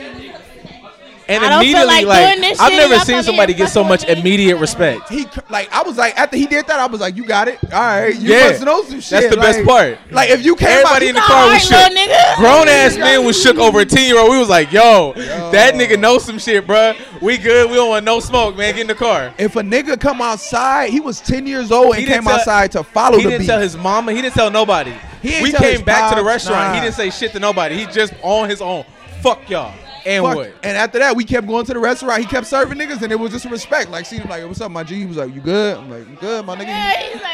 And I don't feel immediately, like doing this I've shit. never Y'all seen come somebody in get so fucking much with me. immediate respect. he c- like I was like after he did that I was like you got it all right you Yeah. must know some That's shit the like, best part. like if you came Everybody out, in the car was All right, shook. little nigga. Grown [laughs] ass men was shook over a ten year old. We was like, "Yo, that nigga knows some shit, bruh. We good. We don't want no smoke, man. Get in the car." if a nigga come outside he was 10 years old Oh, and He didn't came tell- outside to follow He the didn't beat tell his mama. He didn't tell nobody. He ain't we tell his came back to the pops, restaurant. He nah. didn't say shit to nobody. He just on his own. Fuck y'all. And Fuck. what? And after that, we kept going to the restaurant. He kept serving niggas, and it was just respect. Like, seeing him like, "What's up, my G?" He was like, "You good?" I'm like, "I'm good, my nigga." Yeah, [laughs]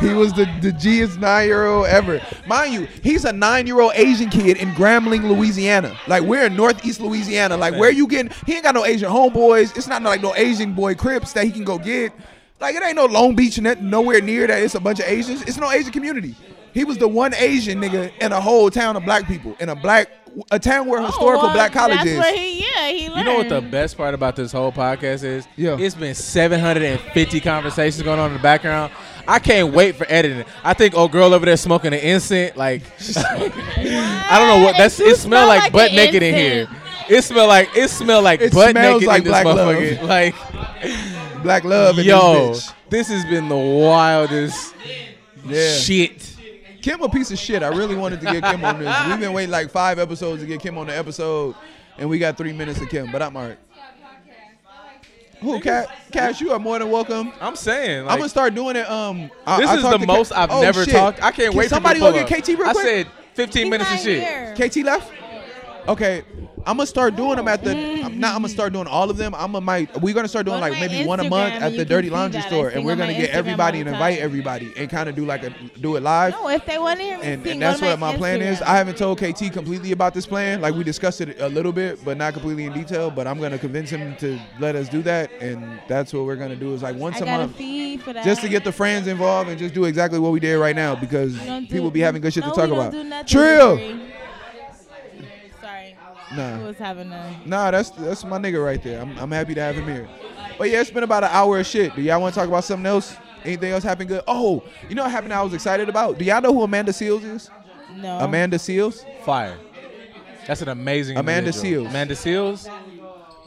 he's he was the the G's nine year old ever. Mind you, he's a nine year old Asian kid in Grambling, Louisiana. Like we're in Northeast Louisiana. Like where you getting? He ain't got no Asian homeboys. It's not like no Asian boy cribs that he can go get. Like it ain't no Long Beach, net- nowhere near that. It's a bunch of Asians. It's no Asian community. He was the one Asian nigga in a whole town of black people in a black a town where historical well, black college Oh, that's is. Where he, yeah, he learned. You know what the best part about this whole podcast is? Yeah. It's been 750 conversations going on in the background. I can't wait for editing. I think old girl over there smoking an incense. Like, I don't know what that's. It do It smell smell like, like butt an naked in here. incense. It smell like it smell like It butt smells naked like in this black love. motherfucker. Like, black love in yo, this bitch. this has been the wildest shit. Kim a piece of shit. I really wanted to get Kim on this. We've been waiting like five episodes to get Kim on the episode, and we got three minutes of Kim. But I'm alright. Who, Cash? Cash, you are more than welcome. I'm saying, I'm like, gonna start doing it. Um, I- this I is talked the to Ca- most I've Oh, never shit. talked. I can't Can wait. Somebody for people go get to pull KT real up. quick. I said 15 He's minutes not of shit. here. KT left. Okay, I'm gonna start doing them at the. I'm not. I'm gonna start doing all of them. I'm gonna might. We're gonna start doing Go to like my maybe one a month Instagram at and the you Dirty can see Laundry that. I store, and sing we're on my gonna get Instagram all everybody the and time. invite everybody and kind of do like a do it live. No, if they want to hear me and, sing, and go that's to what my my plan is. Instagram. I haven't told KT completely about this plan. Like we discussed it a little bit, but not completely in detail. But I'm gonna convince him to let us do that, and that's what we're gonna do. Is like once I a got a month, fee for uh, that. just to get the friends involved and just do exactly what we did right now because We don't do- people be having good shit no, to talk we don't about. do nothing Trill. with three. Sorry, I Nah, was having a. nah, that's that's my nigga right there. I'm I'm happy to have him here. But yeah, it's been about an hour of shit. Do y'all want to talk about something else? Anything else happened good? Oh, you know what happened? I was excited about. Do y'all know who Amanda Seals is? No. Amanda Seals. Fire. That's an amazing. Amanda individual. Seals. Amanda Seals.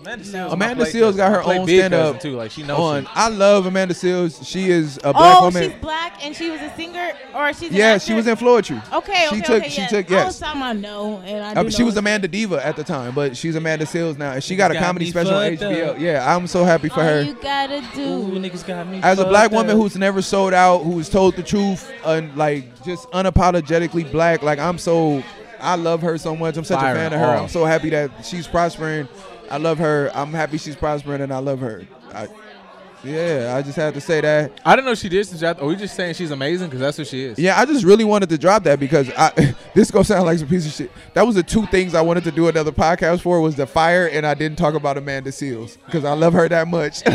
Amanda Seals. my Amanda play Seals got her cousin. My play own big stand up cousin, too. Like she knows. on. shit. I love Amanda Seals. She is a black oh, woman. she's black and she was a singer, or she's. an yeah, she actor? was in Floetry. Okay, okay, she took okay, she yes. took I was yes. talking about no, and I Uh, do she know was it. Amanda Diva at the time, but she's Amanda Seals now, and she got a got comedy me special on fucked HBO. up. Yeah, I'm so happy for All her. Oh, you gotta do. niggas got me. As a fucked black up. woman who's never sold out, who's told the truth, and like just unapologetically black, like I'm so, I love her so much. I'm such Fire a fan of her. off. I'm so happy that she's prospering. I love her. I'm happy she's prospering, and I love her. I, yeah, I just had to say that. I don't know. if She did some shit. Are we just saying she's amazing? Because that's what she is. Yeah, I just really wanted to drop that because I [laughs] this gonna sound like some piece of shit. That was the two things I wanted to do another podcast for was the fire and I didn't talk about Amanda Seals because I love her that much. [laughs]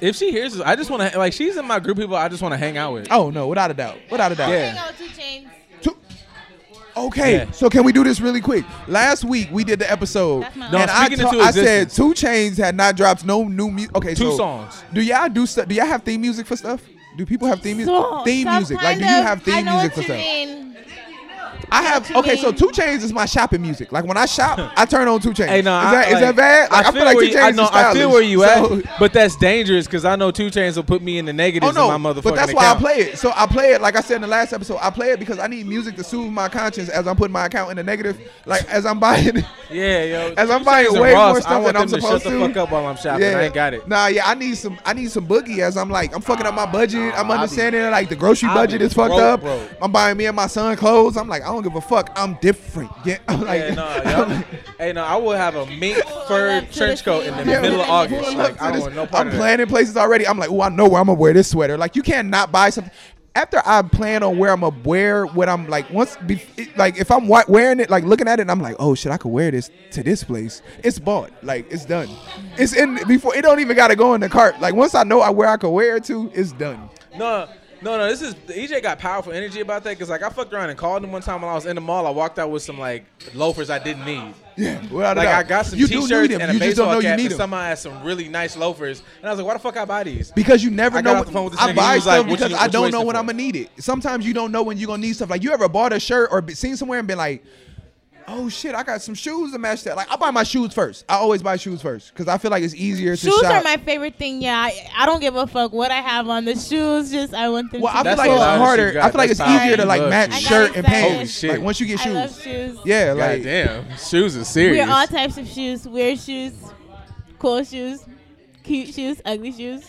If she hears this, I just want to like. She's in my group. of People, I just want to hang out with. oh no, without a doubt, without a doubt. Yeah. Hang out with two chains. Two- okay, Yeah. so can we do this really quick? Last week we did the episode That's my No, and I, speaking ta- into I said existence. Two Chains had not dropped no new music. Okay, Two so songs. Do y'all do stuff? Do y'all have theme music for stuff? Do people have theme music? So, theme some music. Like, do you kind of- have I theme know music what for stuff? you mean. I have what you okay. So mean. two chains is my shopping music. Like when I shop, I turn on two chains. Hey, no, is, I, that, is like, that bad? Like, I, feel like where two you- chains. I know, is I feel where you stylish. So- [laughs] at, but that's dangerous because I know two chains will put me in the Oh negatives in my no! motherfucking But that's why account. I play it. So I play it, like I said in the last episode. I play it because I need music to soothe my conscience as I'm putting my account in the negative. Like as I'm [laughs] buying, Yeah, yo. As I'm Two buying Chainz and way more Ross, stuff I want than I'm them supposed to. Shut to. the fuck up while I'm shopping. yeah, I ain't got it. Nah, yeah, I need some. I need some boogie as I'm like I'm fucking up my budget. I'm understanding that, like the grocery I budget be is fucked broke, up. broke. I'm buying me and my son clothes. I'm like I don't give a fuck. I'm different. [laughs] Yeah, I'm like yeah, no, [laughs] y'all, hey, no, I will have a mink fur up to trench the coat sea. in the Yeah, middle of pulling August. Pulling up Like, to I this- don't want no part I'm of that. planning places already. I'm like, oh, I know where I'm gonna wear this sweater. Like, you cannot buy something. After I plan on where I'm gonna wear what I'm like, once, be, it- like if I'm wa- wearing it, like looking at it, I'm like, oh shit, I could wear this to this place. It's bought, like it's done. It's in before it don't even gotta go in the cart. Like once I know I where I could wear it to, it's done. No, no, no. This is EJ got powerful energy about that because like I fucked around and called him one time when I was in the mall. I walked out with some like loafers I didn't need. Yeah, without a Like doubt. I got some uh, You do need t-shirts them. and a You just don't baseball know you cap, need and them. someone had some really nice loafers. And I was like, why the fuck I buy these? Because you never I got know. off the phone with this I nigga, buy he was like, stuff "What you- because what I you don't know wasting when for?" I'm gonna need it. Sometimes you don't know when you're gonna need stuff. Like you ever bought a shirt or be- seen somewhere and been like, "Oh shit, I got some shoes to match that." Like I buy my shoes first. I always buy shoes first because I feel like it's easier to Shoes shop. are my favorite thing. Yeah, I, I don't give a fuck what I have on. The shoes, just I want them. well, to I be feel That's like what it's a lot of harder. shit I got. feel like it's That's fine. easier to like Love match shoes. shirt and I got pants. excited. Like once you get I love shoes, shoes. yeah, God like damn, shoes is We serious. are all types of shoes: weird shoes, cool shoes, cute shoes, ugly shoes.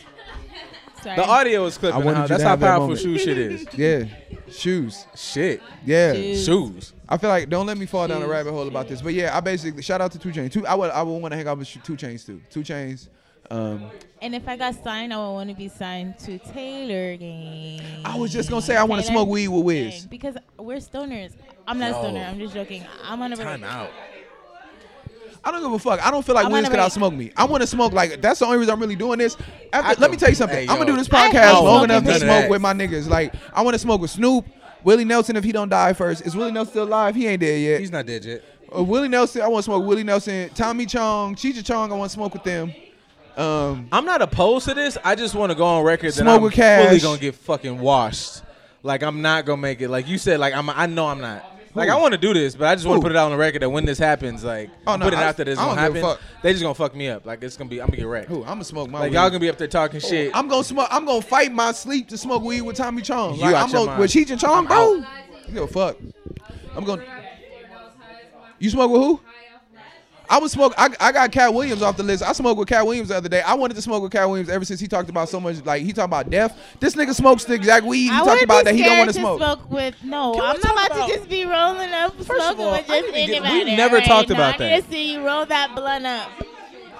sorry. The audio is I clipping wanted out. you That's to how have that powerful moment. shoe shit is. Yeah, shoes. Shit. Yeah, Shoes. Shoes. I feel like don't let me fall down a rabbit hole about this, but yeah, I basically shout out to Two Chains. Two, I would I would want to hang out with Sh- Two Chains too. Two Chains. Um, And if I got signed, I would want to be signed to Taylor Gang. I was just gonna say I wanna Taylor smoke weed with Wiz. Gang, because we're stoners. I'm not a stoner. I'm just joking. I'm on a break. out. I don't give a fuck. I don't feel like I'm Wiz on a could break. outsmoke me. I want to smoke like that's the only reason I'm really doing this. After, let me tell you something. Hey, I'm gonna yo. do this I podcast long ain't smoking enough to none smoke of that. with my niggas. Like I want to smoke with Snoop. Willie Nelson, if he don't die first, is Willie Nelson still alive? He ain't dead yet. He's not dead yet. Uh, Willie Nelson, I want to smoke with Willie Nelson. Tommy Chong, Cheech and Chong, I want to smoke with them. Um, I'm not opposed to this. I just want to go on record that Smoke I'm with Cash. fully gonna get fucking washed. Like I'm not gonna make it. Like you said. Like I'm. I know I'm not. Like I want to do this, but I just want Who? to put it out on the record that when this happens, like Oh, I'm no, putting it I- out there, this I gonna don't give a happen. fuck. They just gonna fuck me up. Like it's gonna be. I'm gonna get wrecked. who? Oh, I'm gonna smoke my. Like weed. y'all gonna be up there talking shit. I'm gonna smoke. I'm gonna fight my sleep to smoke weed with Tommy Chong. You Like, out I'm your gonna mind. with Cheech and Chong, I'm bro. You give a fuck. I'm gonna. You smoke with who? I was smoke. I, I got Cat Williams off the list. I smoked with Cat Williams the other day. I wanted to smoke with Cat Williams ever since he talked about so much. Like he talked about death. This nigga smokes the exact weed he I would talked about be that he scared don't want to to smoke. with no. Can we I'm talk not about, about- to just be rolling up smoking all, with I just need to get- anybody. we never right? talked No, about I need that. to see you roll that blunt up.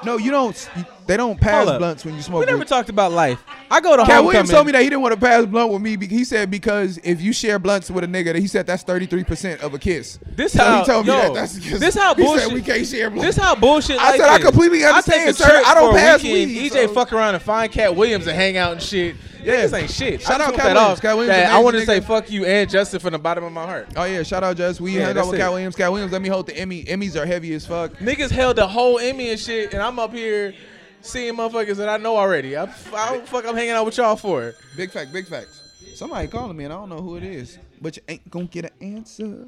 No, you don't. you- they don't pass Hold up. blunts when you smoke. We never with- talked about life. I go to Cat homecoming. Williams told me that he didn't want to pass blunt with me. be- He said because if you share blunts with a nigga, that he said that's thirty three percent of a kiss. This So how- he told yo, me that. That's just, this [laughs] how he bullshit- Said we can't share blunts. This how bullshit. I life said I is. completely I understand, take a sir. trip I don't for a pass weekend, weed, DJ so- fuck around and find Cat Williams and hang out and shit. Yeah. Yeah, this ain't shit. Shout I out just Cat want that Williams. off. Cat Williams, That I amazing wanted to say nigga. fuck you and Justin from the bottom of my heart. Oh yeah, shout out Just We Yeah, hung out that's with it. Cat Williams. Cat Williams let me hold the Emmy. Emmys are heavy as fuck. Niggas held the whole Emmy and shit, and I'm up here seeing motherfuckers that I know already. I, I don't fuck. I'm hanging out with y'all for. Big fact, big facts. Somebody calling me and I don't know who it is, but you ain't gonna get an answer.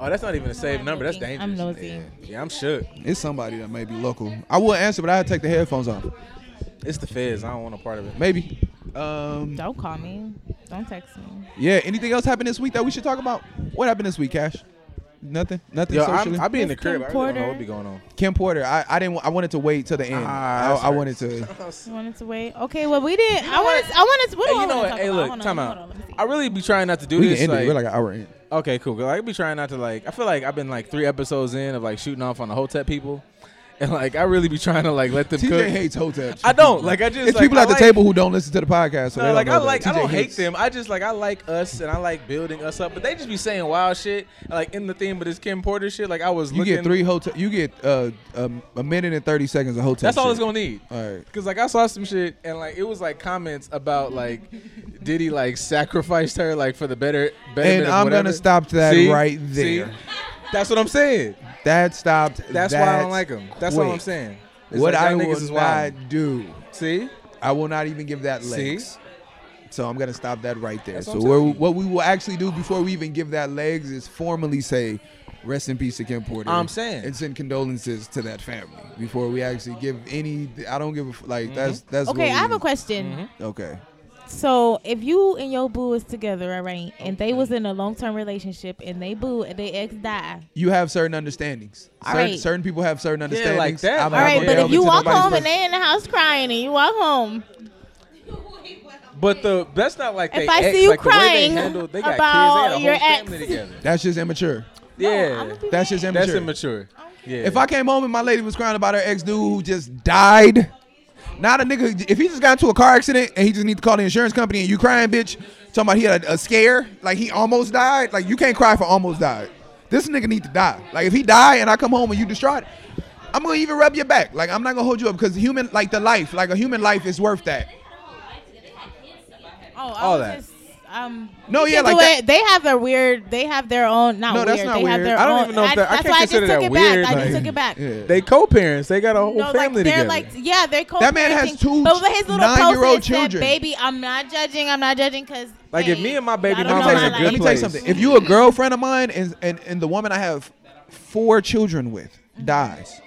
Oh, that's not even a saved number. That's dangerous. I'm nosy. Yeah, I'm shook. It's somebody that may be local. I will answer, but I had to take the headphones off. It's the feds. I don't want a part of it. Maybe. Um, Don't call me. Don't text me. yeah. Anything else happened this week that we should talk about? What happened this week, Cash? Nothing. Nothing. Yo, socially? I'm, I be in the Miss crib. I Kim really don't know Porter. what be going on. Kim Porter. I, I didn't. I wanted to wait till the end. I, Ah, I sorry. [laughs] wanted to. You wanted to wait. Okay, well we didn't. I wanted. what? I wanted to. What Hey, do I you know wanna what? talk Hey, about? look, Hold on, time hold out. on, let me see. I really be trying not to do We this. can end it. like- We're like an hour in. Okay, cool. 'Cause I be trying not to like. I feel like I've been like three episodes in of like shooting off on the Hotep people, [laughs] and like I really be trying to like let them TJ cook. [laughs] hates hoteps. I don't like. I just It's like, people I at the like- table who don't listen to the podcast. So No, they like don't I know that like. I TJ don't hate hates. them. I just like. I like us, and I like building us up. But they just be saying wild shit, like in the theme of this Kim Porter shit. Like I was You looking. get three hotel. You get uh, um, a minute and thirty seconds of hotel. That's all shit. it's gonna need. All right. Cause like I saw some shit and like it was like comments about like did he like sacrificed her like for the better better And I'm gonna stop that right there. That's what I'm saying. That stopped. That's why I don't like him. That's all quick. I'm saying. It's What like, I y'all will niggas is not wild. do. See? I will not even give that See? legs. So I'm gonna stop that right there. That's So what I'm where telling you. what we will actually do before we even give that legs is formally say, rest in peace to Kim Porter. I'm saying. and send condolences to that family before we actually give any. I don't give a f- like. Mm-hmm. That's that's. Okay, what I have we- a question. Okay. So if you and your boo is together, all right, and they was in a long term relationship and they boo and they ex die. You have certain understandings. All certain, right. certain people have certain like understandings. that. I'm All not All right, gonna right, but delve if you into walk nobody's home and personal- they in the house crying and you walk home, But the that's not like they if I ex, see you like, the way crying they handled, they got about kids, they your had a whole ex, family together. that's just immature. yeah. I'ma be That's just mad. immature. That's immature. Yeah. If I came home and my lady was crying about her ex dude who just died, not a nigga. If he just got into a car accident and he just need to call the insurance company and you crying, bitch, talking about he had a, a scare, like he almost died. Like you can't cry for almost died. This nigga need to die. Like if he die and I come home and you distraught, I'm gonna even rub your back. Like I'm not gonna hold you up because human, like the life, like a human life is worth that. Oh, I All was that. Just, um, No, you yeah, can do like that- it. they have their weird. They have their own. Not No, weird. that's not they Have weird. their I don't own, even know if that- I that's can't why I just consider took that it weird, back. I like- just took it back. Yeah. they co-parents, they got a whole No, like family they're together. like yeah, they're co That man has two But with his little nine-year-old post, it said, children. Baby, I'm not judging. I'm not judging because Like, if me and my baby Let me, mama tell is you a something. good Let me tell you place. something. If you a girlfriend of mine and, and and the woman I have four children with Mm-hmm. dies,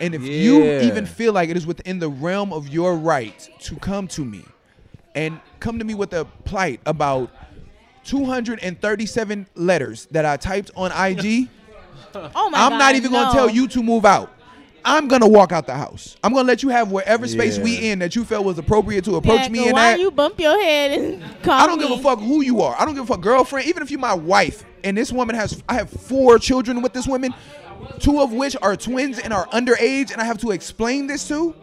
and if you Yeah. even feel like it is within the realm of your right to come to me and come to me with a plight about 237 letters that I typed on IG, [laughs] Oh my I'm God, not even gonna no. tell you to move out. I'm gonna walk out the house. I'm gonna let you have whatever space we Yeah. in that you felt was appropriate to approach Yeah, me so in why that. you bump your head and [laughs] call I don't give me? a fuck who you are. I don't give a fuck girlfriend. Even if you're my wife, and this woman has, I have four children with this woman, two of which are twins and are underage, and I have to explain this to.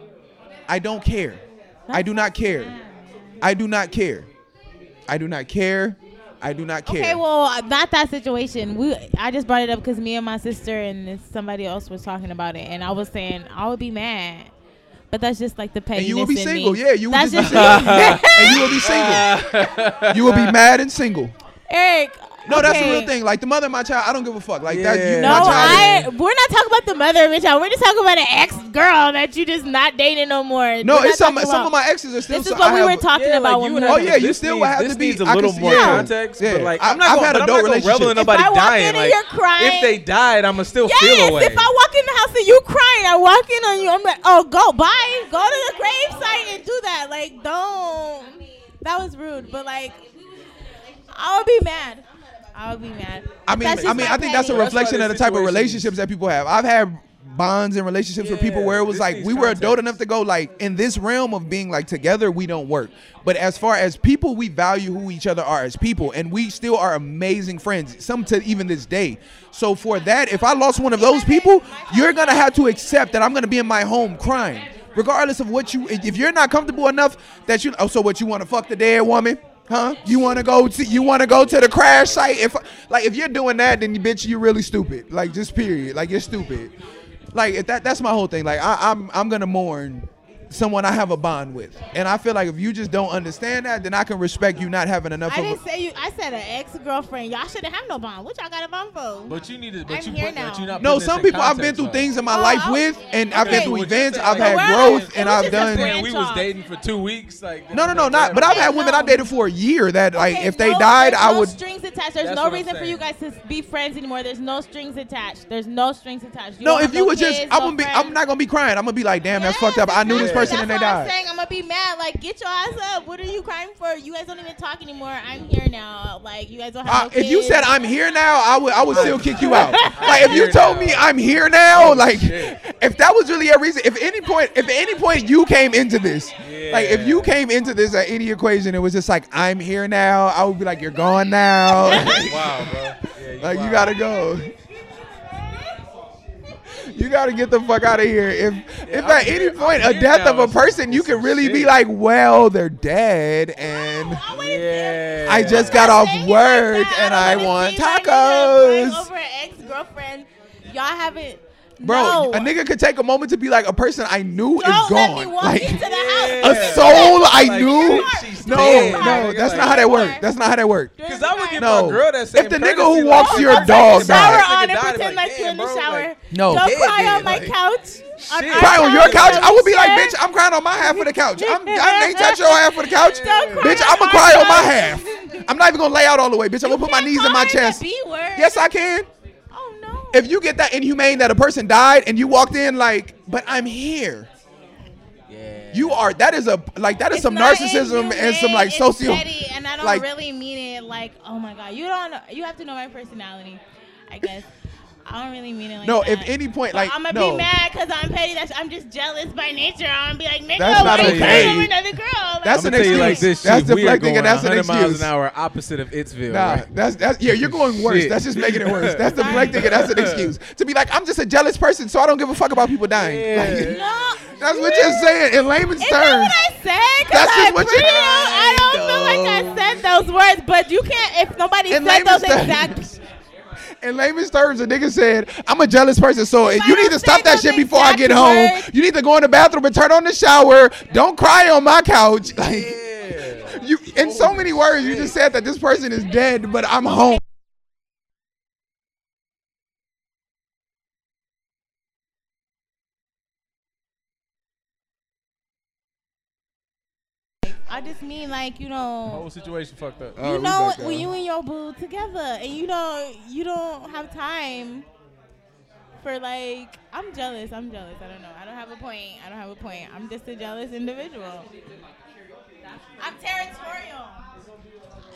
I don't care. I do not care. I do not care. I do not care. I do not care. Okay, well, uh, not that situation. We I just brought it up because me and my sister and this- somebody else was talking about it, and I was saying I would be mad, but that's just like the pettiness. and you will be in single. me. Yeah, you will That's just be just [laughs] single. [laughs] and you will be single. You will be mad and single. Eric. No, that's the okay. real thing. Like the mother of my child, I don't give a fuck. Like that. You, Yeah. No, my child is- I. We're not talking about the mother of your child. We're just talking about an ex girl that you just not dating no more. No, We're it's not some. talking Some about- of my exes are still. This is so- what I we have- were talking Yeah, like, about when would we have Oh, to- yeah, you this still needs- would have this to be- needs a I can little see- more yeah. context. Yeah. But like, I- I'm not I've gonna, had but I'm adult not gonna revel in relationships. If I nobody walk dying. in and like, you're crying- if they died, I'ma still Yes, feel away. if I walk in the house and you crying, I walk in on you. I'm like, oh, go bye, go to the gravesite and do that. Like, don't. That was rude, but like, I would be mad. I would be mad. I But mean, that's I just mean, my I think that's a That's petty. why reflection of the this type of situation is- relationships that people have. I've had bonds and relationships with people Yeah, where it was this like needs we were adult context. enough to go like in this realm of being like together we don't work. But as far as people, we value who each other are as people, and we still are amazing friends. Some to even this day. So for that, if I lost one of those people, you're gonna have to accept that I'm gonna be in my home crying, regardless of what you. If you're not comfortable enough that you, oh, so what you want to fuck the dead woman? Huh? You want to go to you want to go to the crash site? If like if you're doing that, then you bitch, you're really stupid. Like just period. Like you're stupid. Like if that that's my whole thing. Like I, I'm I'm gonna mourn someone I have a bond with, and I feel like if you just don't understand that, then I can respect you not having enough. I of a- didn't say you. I said an ex girlfriend. Y'all shouldn't have no bond. What y'all got a bond for? But you need to. But you I'm here put, but now. you not no, putting this some in people I've been context, through though. things in my Oh, life I was- with, and I've been Okay, through what you're events. saying, I've like, had we're- growth, it and was I've just a done. brand- Man, we was Franchise. dating for two weeks. Like No, no, no, not. But I've had women I've dated for a year that, like, Okay, if they no- died, there's I no would. strings attached. There's That's no what I'm reason for saying. you guys to be friends anymore. There's no strings attached. There's no strings attached. No, don't if have you no would just, kids, I'm no gonna be, friends. I'm not gonna be crying. I'm gonna be like, damn, that's Yes, fucked up. I knew this exactly. person and they That's what I'm died. saying I'm gonna be mad. Like, get your ass up. What are you crying for? You guys don't even talk anymore. I'm here now. Like, you guys don't Uh, have. no if you kids. said I'm here now, I would I would still kick you [laughs] out. Like if you told me I'm here now, like shit. if that was really a reason, if any point, if at any point you came into this, like if you came into this at any equation, it was just like I'm here now. I would be like, you're gone now. [laughs] Wow, bro. Yeah, [laughs] like you wild. gotta go. You gotta get the fuck out of here. If if I'm at here- any I'm point a here death of now a is- person, is you can some really be shit. like, well, they're dead and. I wouldn't Yeah. I just got say off you work like that. and don't I wanna want see my nigga crying tacos. Over an ex-girlfriend, y'all haven't. Bro, no. a nigga could take a moment to be like a person I knew don't is let gone. me walk like into the Yeah. house. a soul I Like, knew. she's No, dead. no, Like, that's like- not how that worked. Like- That's not how that worked. Cause I would give No. my girl that same If the nigga courtesy, who like, walks oh, your that's dog a died. shower shower on and died, pretend like, like you're in the damn, bro, shower. like, No. Don't Dead, cry dead, on my like- couch. Shit. our Cry on your couch couch. that I we would be like, share. bitch, I'm crying on my half of the couch. I'm, I ain't touch your half of the couch. Don't cry Bitch, on I'm gonna my cry on my couch. half. I'm not even gonna lay out all the way, bitch. I'm gonna put my Can't knees in call my her the chest. B word. Yes, I can. Oh no. If you get that inhumane that a person died and you walked in like, but I'm here. Yeah. You are that is a like that is It's some not narcissism inhumane, and some like it's social. petty, and I don't like- really mean it. Like, oh my god, you don't. You have to know my personality, I guess. I don't really mean it like No, that. if any point, But like I'm gonna no, be mad because I'm petty. That's I'm just jealous by nature. I'm gonna be like, nigga, That's why not you okay. crying over another girl? Like, That's I'm an gonna tell you like excuse. this. That's That's the we are deflecting going and that's an 100 miles excuse. an hour opposite of Ittsville. nah, right? that's that's yeah, you're going worse. Shit. That's just making it worse. That's [laughs] the Sorry. black thing, and that's an excuse to be like, I'm just a jealous person, so I don't give a fuck about people dying. Like, Yeah. no, that's what you're saying in layman's Is that terms. what I said? 'Cause That's just I what you- pretty- I don't feel like I said those words, but you can't. If nobody In said layman's those terms. [laughs] exact, In layman's terms, a nigga said, I'm a jealous person, so you need to don't stop say that those shit before I exact get home. words. You need to go in the bathroom and turn on the shower. Don't cry on my couch. [laughs] Like Yeah. you in so many words, you just said that this person is dead, but I'm home. I just mean like you know. Whole situation fucked up. Uh, You we know back up. when you and your boo together, and you know you don't have time for like. I'm jealous. I'm jealous. I don't know. I don't have a point. I don't have a point. I'm just a jealous individual. I'm territorial.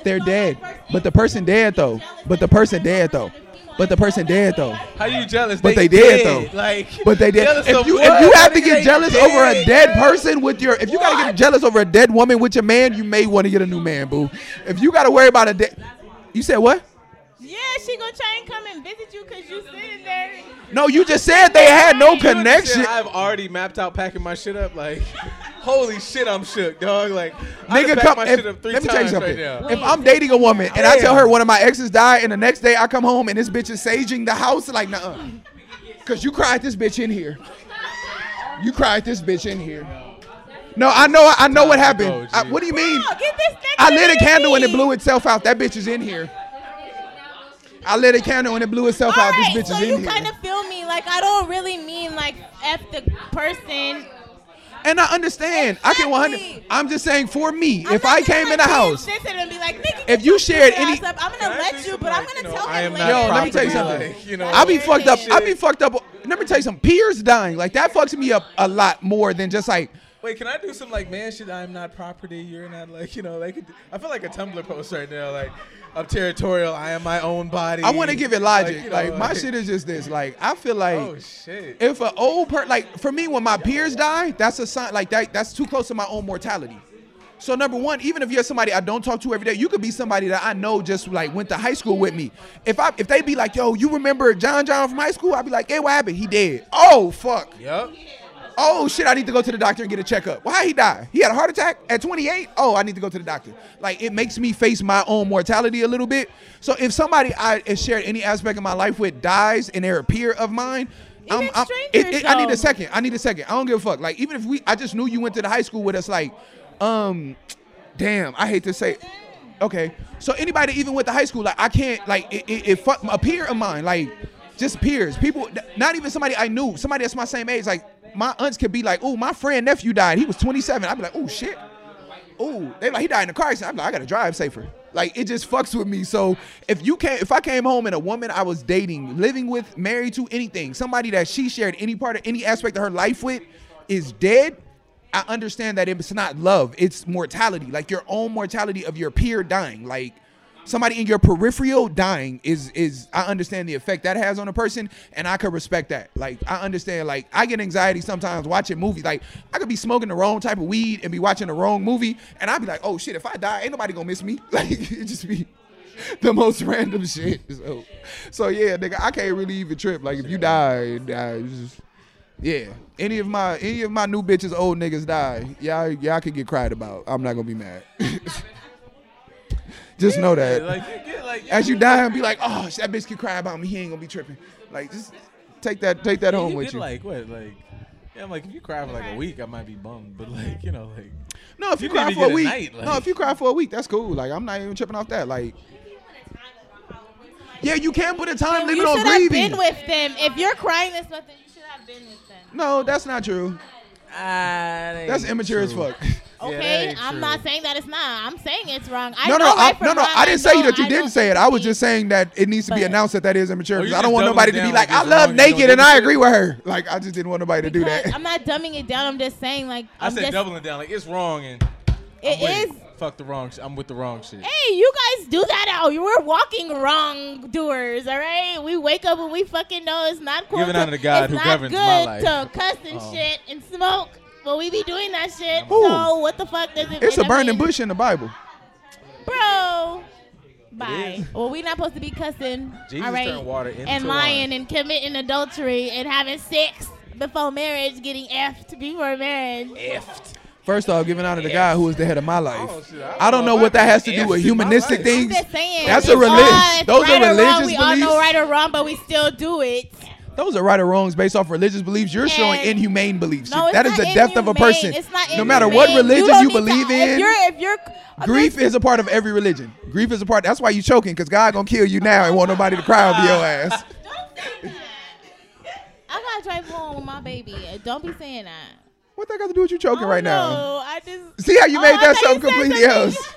They're dead. But the person dead though. But the person dead though. But the person dead though. How you jealous? But they did, though. Like, But they did. jealous If of you what? if you have to Nigga, get they jealous dead. over a dead person with your if you gotta get jealous over a dead woman with your man, you may want to get a new man, boo. If you gotta worry about a dead, you said what? Yeah, she gonna try and come and visit you because you sitting there. No, you just said they had no You understand, connection. I've already mapped out packing my shit up. Like, [laughs] holy shit, I'm shook, dog. Like, I done Nigga, come. packed my If, shit let up three me tell you times something. right now. if I'm dating a woman and I tell Damn. her one of my exes died, and the next day I come home and this bitch is saging the house, like, nah, cause you cried this bitch in here. You cried this bitch in here. No, I know. I know what happened. I- what do you mean? Oh, get this nigga. I lit a candle and and it blew itself out. That bitch is in here. I lit a candle and it blew itself out. this bitch so is in you here. kind of feel me. Like I don't really mean like f the person. and I understand. I can 100. Exactly. I'm just saying for me, I'm if not I just came gonna in the be house, insistent and be like, "Nigga, if get you shared your any, ass up. I'm Can gonna I let do you, some, but I'm like, gonna you know, tell I him am later. not Yo, let me tell you properly, something. like, you know, I be fucked up. I be shit. fucked up. Let me tell you something. Peers dying, like that fucks me up a lot more than just like. Wait, can I do some like man shit? I'm not property. You're not like you know. Like I feel like a Tumblr post right now. Like I'm territorial. I am my own body. I want to give it logic. Like, you know, my shit is just this. Like I feel like. Oh shit. if an old person, like for me, when my peers die, that's a sign. Like that, that's too close to my own mortality. So number one, even if you're somebody I don't talk to every day, you could be somebody that I know just like went to high school with me. If I if they be like, yo, you remember John John from high school? I'd be like, hey, what happened? He dead. Oh fuck. Yup. Oh shit, I need to go to the doctor and get a checkup. Why he die? He had a heart attack at 28. Oh, I need to go to the doctor. Like it makes me face my own mortality a little bit. So if somebody I have shared any aspect of my life with dies and they're a peer of mine, I'm, Even I'm- it- strangers, it- I need though. a second. I need a second. I don't give a fuck. Like even if we, I just knew you went to the high school with us. Like, um, damn, I hate to say. it. Okay, so anybody that even went to high school, like I can't, like it, it, it fuck a peer of mine, like just peers, people, not even somebody I knew, somebody that's my same age. Like my aunts could be like, oh, my friend nephew died, he was 27. I'd be like, oh shit, oh, they like he died in a car accident. I'm like, I gotta drive safer. Like it just fucks with me. So if you came, if I came home and a woman I was dating, living with, married to, anything, somebody that she shared any part of any aspect of her life with, is dead. I understand that it's not love, it's mortality, like your own mortality of your peer dying. Like somebody in your peripheral dying is is I understand the effect that has on a person and I could respect that. Like I understand like I get anxiety sometimes watching movies. Like I could be smoking the wrong type of weed and be watching the wrong movie and I'd be like, "Oh shit, if I die, ain't nobody going to miss me." [laughs] Like it just be the most [laughs] random shit. So, so yeah, nigga, I can't really even trip. Like if you die, die it's just yeah. Any of my any of my new bitches, old niggas die. Y'all y'all could get cried about. I'm not gonna be mad. [laughs] just know that. Like you get like As you die and be like, oh, that bitch can cry about me. He ain't gonna be tripping. Like just take that take that home you with get you. like what like. Yeah, I'm like if you cry for like a week, I might be bummed. But like you know like. no, if you, you cry didn't for a even week, get a night, like- no, if you cry for a week, that's cool. Like I'm not even tripping off that. Like. Yeah, you can put a time You limit on should have grieving. been with them. If you're crying this nothing, you should have been with them. no, that's not true. Ah, That's immature as fuck. Okay, ain't I'm true. not saying that it's not. I'm saying it's wrong. [laughs] I no, know no, right I, from no, no. wrong. I didn't say know- that you I know didn't say it. I was something. just saying that it needs to be But- announced that that is immature Oh, because you I don't just want nobody to doubling be down like, like I it's love wrong, you don't naked and give a I shit. agree with her. Like, I just didn't want nobody to do Because that. I'm not dumbing it down. I'm just saying like I I'm said just, doubling down. Like it's wrong and. It Wait, is. Fuck the wrong. Sh- I'm with the wrong shit. Hey, you guys do that out. You were walking wrong doers, all right? We wake up and we fucking know it's not cool. Giving to, honor to God it's who not governs good my life. to cuss and shit and smoke. But we be doing that shit. Ooh. So what the fuck does it It's end a up burning being? bush in the Bible. Bro. Bye. Well, we not supposed to be cussing, Jesus all right? turned water into and lying wine. and committing adultery and having sex before marriage, getting effed before marriage. First off, giving honor to God who is the head of my life. Oh, shit, I don't I don't know know if what I that has to can do answer with my humanistic life. things. I'm just saying. That's a it's relig- all- it's those are right or wrong. religious We all know beliefs. right or wrong, but we still do it. Those are right or wrongs based off religious beliefs. You're showing And- inhumane beliefs. No, it's That is not the depth of a inhumane. person. It's not No matter inhumane. what religion don't you need to- believe If in, you're, if you're grief is a part of every religion. Grief is a part. That's why you choking because God gonna kill you now and want nobody to cry over your ass. Don't say that. I gotta drive home with my baby. Don't be saying that. Oh, What that got to do with you choking right now? No, I just. See how you Oh, made I that thought something you said completely something. [laughs] else.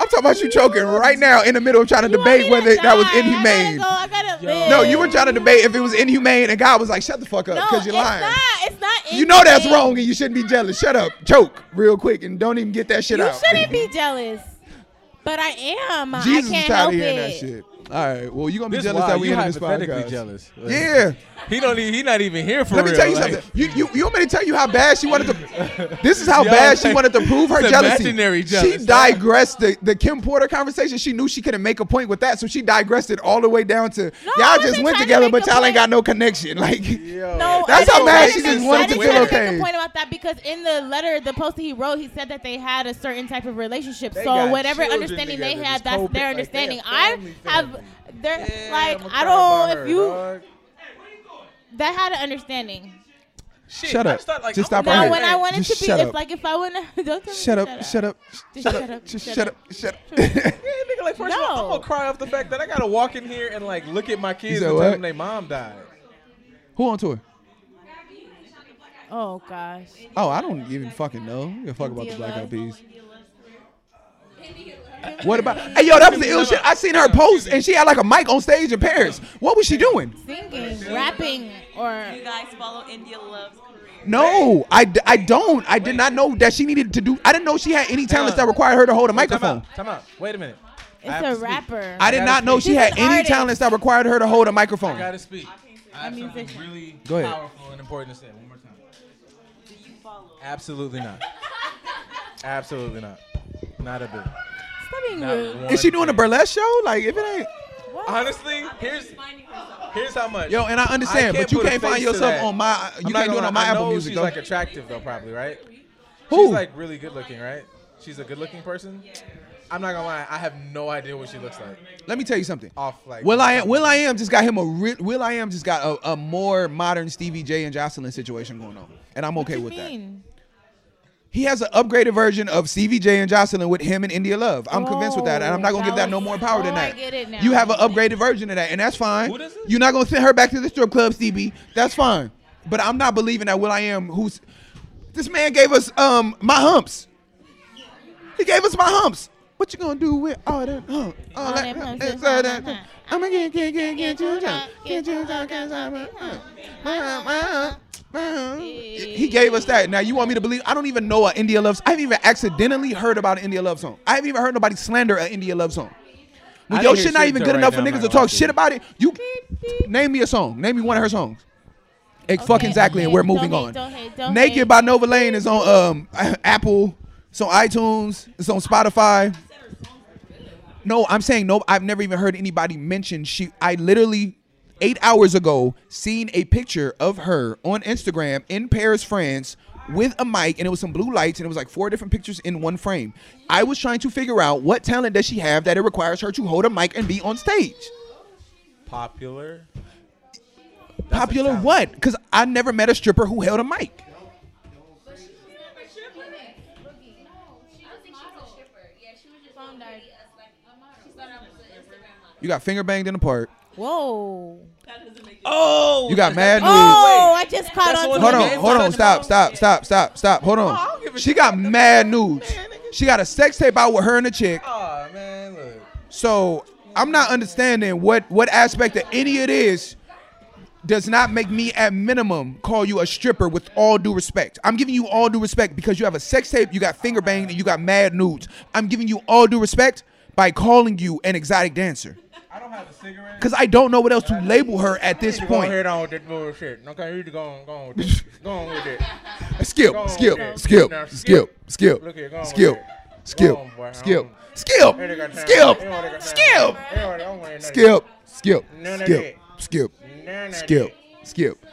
I'm talking about you choking right now in the middle of trying to You want me debate to whether that was die. inhumane. I gotta go. I gotta live. No, you were trying to debate if it was inhumane, and God was like, "Shut the fuck up, No, because you're it's lying." Not, it's not. You know that's inhumane. wrong, and you shouldn't be jealous. Shut up, choke real quick, and don't even get that shit You out. shouldn't be jealous. But I am. Jesus is I can't tired help of hearing it. that shit. All right. Well, you gonna be This jealous why that we you in this hypothetically podcast. jealous. Like, Yeah. He don't. e, He, he not even here for Let real. me tell you like- something. You, you you want me to tell you how bad she [laughs] wanted to? This is how Yo, bad she like, wanted to prove her it's jealousy. imaginary She jealous. digressed the, the Kim Porter conversation. She knew she couldn't make a point with that, so she digressed it all the way down to I y'all wasn't just went trying to together, make but a y'all ain't point." got no connection. [laughs] Like Yo. No, That's I how didn't- mad I she didn't just make- wanted I to didn't feel try to make okay. a point about that because in the letter, the post that he wrote, he said that they had a certain type of relationship. They so got whatever children understanding together, they just had, that's co-pa- their like, they a understanding. family, I have family. they're Yeah, like I'ma I cry about don't her, if you dog. that had an understanding. Shit, Shut I up. start, like, Just I'm stop a right Now here. when I man. wanted Just to be, shut if up. like if I wouldn't, [laughs] don't tell me shut to up, shut up, shut Just shut up, up, just shut shut up, up. shut up. Yeah, nigga, like first of all, I'm No. gonna cry off the fact that I gotta walk in here and like look at my kids said and what? tell them their mom died. [laughs] Who on tour? Oh gosh, Oh, I don't even fucking know. I don't give a fuck about the Black Eyed Peas. Uh, What about? Hey, yo, that was the ill shit. I seen her post, and she had like a mic on stage in Paris. What was she doing? singing, rapping, or You guys follow India Love's career. No, I, d- I don't. I did not know that she needed to do. I didn't know she had any talents that required her to hold a microphone. Time out. Time out. Wait a minute. I have to it's a speak. rapper. I did not know she She's had an any artist. talents that required her to hold a I microphone. gotta speak. I have something really Go ahead. powerful and important to say. One more time. Absolutely not. Absolutely not. Not a bit. Stop being Not rude. one Is she doing a bit. burlesque show? Like, if it ain't. What? Honestly, here's here's how much. Yo, and I understand, I but you put a can't face find to yourself that. on my. I'm You not can't do it gonna on my lie. I know Apple Music. She's though. like attractive though, probably right? Who? She's like really good looking, right? She's a good looking person. I'm not gonna lie. I have no idea what she looks like. Let me tell you something. Off like. Will I am Will I am just got him a re- Will I am just got a, a more modern Stevie J and Jocelyn situation going on, and I'm okay What you with that. mean? He has an upgraded version of Stevie J and Jocelyn with him and India Love. I'm convinced with that, and I'm not gonna Oh, give that that no was- more power than oh, I that. get it now. You have an upgraded version of that, and that's fine. Who does this? You're not gonna send her back to the strip club, Stevie. That's fine. But I'm not believing that Will I am who's this man gave us um my humps. He gave us my humps. What you gonna do with all that hump? All, All that them hump, humps that's is all all that that hump. hump. I'ma get, get, get, get you drunk. Get you drunk 'cause I'm a hump. My hump, my hump, my hump. He gave us that. Now you want me to believe? I don't even know an India Love. I haven't even accidentally heard about an India Love song. I haven't even heard nobody slander an India Love song. When I your didn't hear shit not shit even until good right enough now, for I'm niggas not to gonna lie talk to shit you. about it, you name me a song. Name me one of her songs. Ex- fucking exactly, and okay. we're Don't moving hate, on. don't hate, don't Naked hate. by Nova Lane is on um [laughs] Apple, it's on iTunes, it's on Spotify. No, I'm saying no. I've never even heard anybody mention she. I literally eight hours ago seen a picture of her on Instagram in Paris, France, with a mic, and it was some blue lights, and it was like four different pictures in one frame. I was trying to figure out what talent does she have that it requires her to hold a mic and be on stage. Popular. Popular what? Because I never met a stripper who held a mic. You got finger banged in the park. Whoa. Oh. You got mad news. Oh, I just caught That's on. what to Hold on, Game's hold on, on stop, tomorrow. stop, stop, stop, stop. Hold Oh, I don't give on. a She shit got about them mad people, nudes. man, nigga. She got a sex tape out with her and a chick. Oh man, look. So I'm not understanding what what aspect of any of this does not make me at minimum call you a stripper with all due respect. I'm giving you all due respect because you have a sex tape, you got finger banged, and you got mad nudes. I'm giving you all due respect by calling you an exotic dancer. I don't have a cigarette. Cause I don't know what else to label her at this You gonna point. head on with that bullshit. Okay, you go on, go on with it. Go on with it. Skip, Go on with skip, it. skip, Now, skip, skip, Look here, go on with skip, it. skip, Go on, boy. I skip, don't- skip, Ain't got time. skip, Ain't nobody got time. skip, Ain't nobody- don't worry, nothing. skip, skip, None of skip, that. skip, None of skip, that. skip.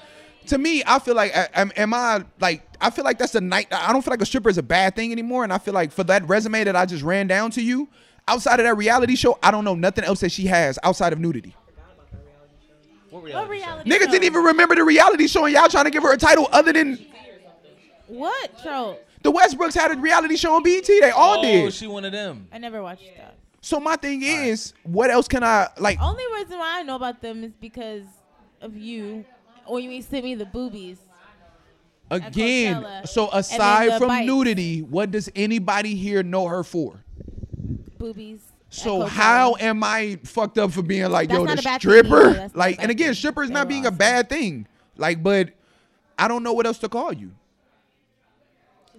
To me, I feel like I- am, am I like I feel like that's a night. I don't feel like a stripper is a bad thing anymore, and I feel like for that resume that I just ran down to you, outside of that reality show, I don't know nothing else that she has outside of nudity. What reality? Niggas show? didn't even remember the reality show, and y'all trying to give her a title other than What show? the Westbrooks had a reality show on BET. They all Oh, did. she one of them. I never watched that. So my thing is, what else can I like? Only reason why I know about them is because of you, or you sent me the boobies. Again, Coachella. so And then aside the from bites. nudity, what does anybody here know her for? Boobies. at So Coachella. how am I fucked up for being like, That's yo, not the a bad thing stripper? either. That's [laughs] not like, a and bad again, thing. stripper is They not were being a awesome. bad thing. Like, but I don't know what else to call you.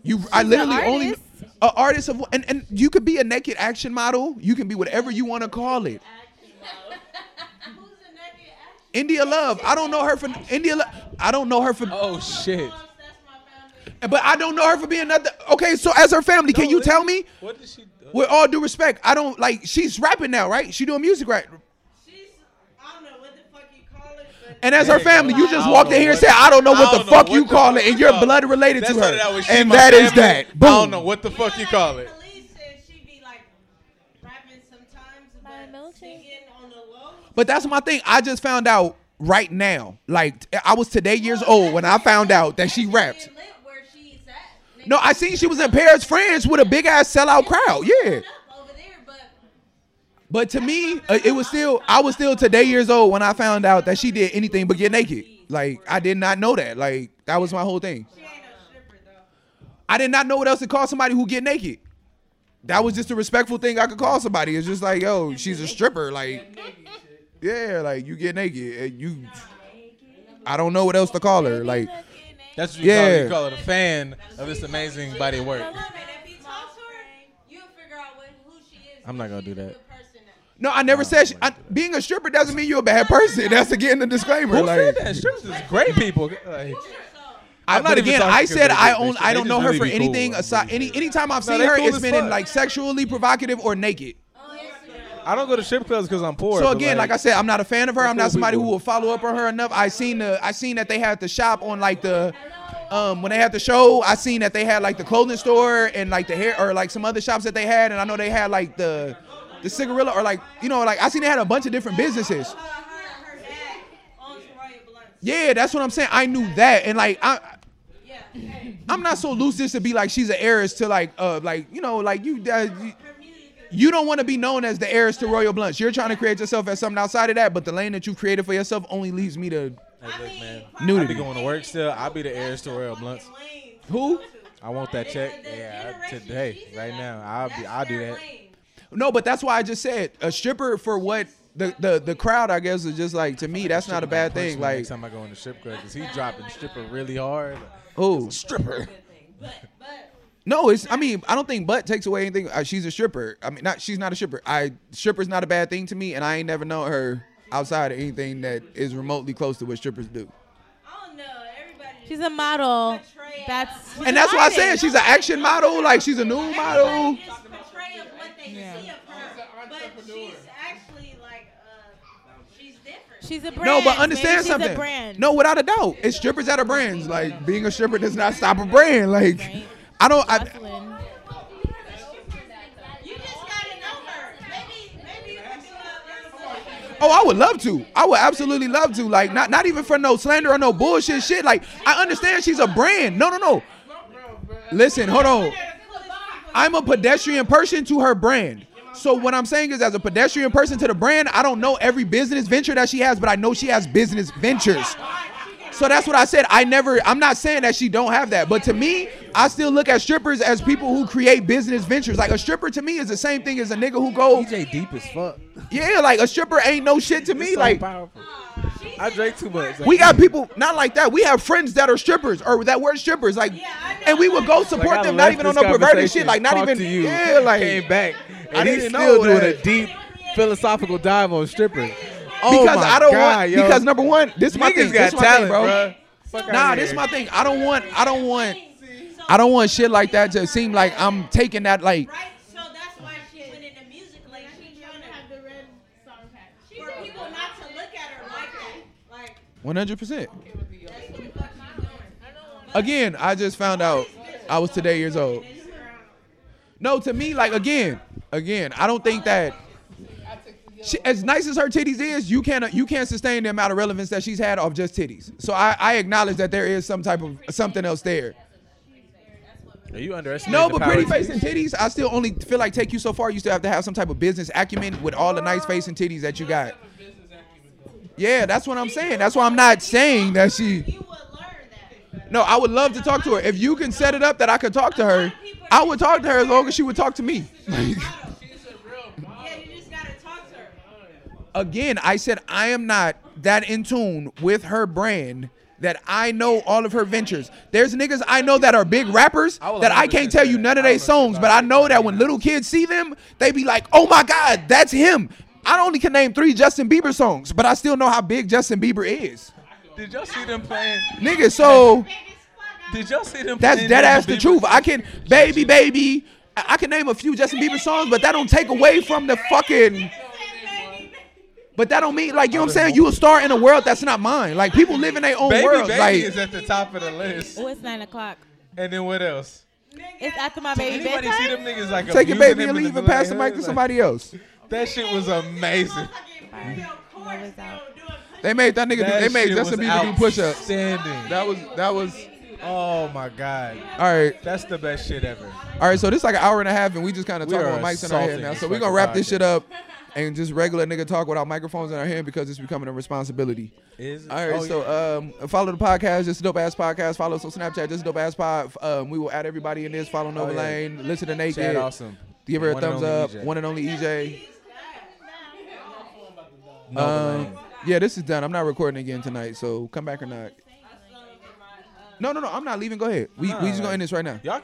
You, I She's a literally only artist. a artist of and and you could be a naked action model. You can be whatever you want to call it. India Love. I don't know her for India. Love. I don't know her for, Oh shit. but I don't know her for being nothing. Okay, so as her family, can you tell me? What did she do? With all due respect, I don't like. She's rapping now, right? She doing music right. She's, I don't know what the fuck you call it, but [laughs] And as her There you family, go. you I just don't walked in know here and what said, the- "I don't know I what the don't know fuck what you the call fuck it," and you you're call it. blood related That's to her. That her, was she, and my that is family. that. I don't know Boom. what the fuck you call it. Elise said she be like rapping sometimes, My but milkshake. singing on the low. But that's my thing. I just found out right now. Like I was today years old when I found out that she rapped. Lit where she's at. No, I seen she was in Paris, France, with a big ass sellout crowd. Yeah. Up over there, but But to me, uh, it was still I was still today years old when I found out that she did anything but get naked. Like I did not know that. Like that was my whole thing. she ain't no stripper though. I did not know what else to call somebody who get naked. That was just a respectful thing I could call somebody. It's just like, yo, she's a stripper. Like, yeah, like you get naked and you. I don't know what else to call her. Like, That's what you call it. Yeah. You call it a fan of this amazing body of work. And if you talk to her, you'll figure out what, who she is. I'm not gonna do that. no, I never said she, I, being a stripper doesn't mean you're a bad person. That's again the disclaimer. Who like, said that? Strippers is great people. Like, I'm I'm not not even again. talking I because said they I just- own. they I don't just know her really for be cool. anything I'm aside. pretty Any anytime I've No, seen they her, cool it's as been in fuck. like sexually provocative or naked. I don't go to strip clubs because I'm poor. So but, again, like, I said, I'm not a fan of her. I'm cool not somebody who people. will follow up on her enough. I seen the I seen that they had the shop on like the um when they had the show, I seen that they had like the clothing store and like the hair or like some other shops that they had and I know they had like the the cigarilla or like you know like I seen they had a bunch of different businesses. Uh, her, her dad owns Royal Blunts. Yeah, that's what I'm saying. I knew that and like I Yeah, hey, I'm not so loose just to be like she's an heiress to like uh like you know like you uh, you, her music is you don't want to be known as the heiress to royal blunts. You're trying to create yourself as something outside of that, but the lane that you created for yourself only leads me to Hey, look, man. Nudity. I be going to work still. I'll be the heiress to Royal Blunts. lanes. who? I want that check. Yeah, I- today, right now. I'll be. I'll do that. No, but that's why I just said a stripper for what the the the crowd I guess is just like to me that's not a bad Punch thing. me Like next time I go in the strip club, cause he dropping stripper really hard. who? Stripper. No, it's I mean I don't think butt takes away anything. Uh, she's a stripper. I mean not she's not a stripper. I stripper's not a bad thing to me, and I ain't never known her outside of anything that is remotely close to what strippers do. I don't know. Everybody. She's a model. That's And that's why I said she's an action model. Like she's a new model. It's portrayal of what they Yeah. see of her, but she's actually like, uh, she's different. she's a brand. No, but Maybe understand she's something. A brand. No, without a doubt, it's strippers that are brands. Like being a stripper does not stop a brand. Like Right. I don't. I, Jocelyn. You just gotta know her. Maybe, maybe you can do a Oh, I would love to. I would absolutely love to. Like, not not even for no slander or no bullshit shit. Like, I understand she's a brand. No, no, no. Listen, hold on. I'm a pedestrian person to her brand. So what I'm saying is, as a pedestrian person to the brand, I don't know every business venture that she has, but I know she has business ventures. So that's what I said. I never. I'm not saying that she don't have that, but to me, I still look at strippers as people who create business ventures. Like a stripper to me is the same thing as a nigga who go, DJ deep as fuck. yeah, like a stripper ain't no shit to me. so Like powerful. I drank too much. we got people not like that. We have friends that are strippers or that were strippers, like, and we would go support Like, I them, not left even on this no perverted conversation, shit, like not talked even to you, yeah, like came back, I and he's didn't still know doing that. a deep philosophical dive on strippers. Oh because my I don't God, want yo. because number one, this is my niggas thing, got this my talent, thing, bro. bro. Fuck Nah, outta this here. my thing. I don't want, I don't want, I don't want shit like that to seem like I'm taking that like. Right? So that's why she went into music like she's trying to have the red song patch. For people not to look at her like that. Like, One hundred percent. that's what the fuck she's doing. Again, I just found out I was today years old. No, to me, like again, again, I don't think that. She, as nice as her titties is, you can't you can't sustain the amount of relevance that she's had off just titties. So I, I acknowledge that there is some type of something else there. Are you underestimating? No, the but power pretty of face titties? and titties, I still only feel like take you so far. You still have to have some type of business acumen with all the nice face and titties that you got. Yeah, that's what I'm saying. That's why I'm not saying that she. You will learn that. No, I would love to talk to her. If you can set it up that I could talk to her, I would talk to her as long as she would talk to me. Yeah, you just gotta talk to her. Again, I said I am not that in tune with her brand that I know all of her ventures. There's niggas I know that are big rappers I will that I can't 100% tell say you that. none of I their will songs, but I 100% know that when little kids see them, they be like, "Oh my god, that's him." I only can name three Justin Bieber songs, but I still know how big Justin Bieber is. Did y'all see them playing? Nigga, so Did y'all see them? that's playing dead Justin ass the Bieber? truth. I can, baby, baby, I I can name a few Justin Bieber songs, but that don't take away from the fucking. But that don't mean like you know what I'm saying. You a star in a world that's not mine. Like people live in their own Baby, world. baby like is at the top of the list. Oh, it's nine o'clock. And then what else? It's after my Did baby anybody see them bedtime. niggas like take your abusing baby him and in leave and hood? pass the mic to Like, somebody else. That shit was amazing. They made that nigga. That do, they made shit Justin was Bieber do push-ups. outstanding. That was that was. Oh my god, All right, that's the best shit ever. all right. So this is like an hour and a half, and we just kind of We talking are with mics in our head assaulting now. this So we're gonna fucking wrap this podcast. shit up and just regular nigga talk without microphones in our hand because it's becoming a responsibility. Is it? All right, Oh, so yeah. um, follow the podcast, just a dope ass podcast. Follow us on Snapchat, just a dope ass pod. Um, we will add everybody in this. Follow Nova Oh, yeah. Lane, listen to Naked, Chad, awesome. give her a One and thumbs only E up. EJ. One and only E EJ. No delay. Um, yeah, this is done. I'm not recording again tonight, so come back or not. No, no, no, I'm not leaving. Go ahead. We Nah, we just gonna like- end this right now. Y'all can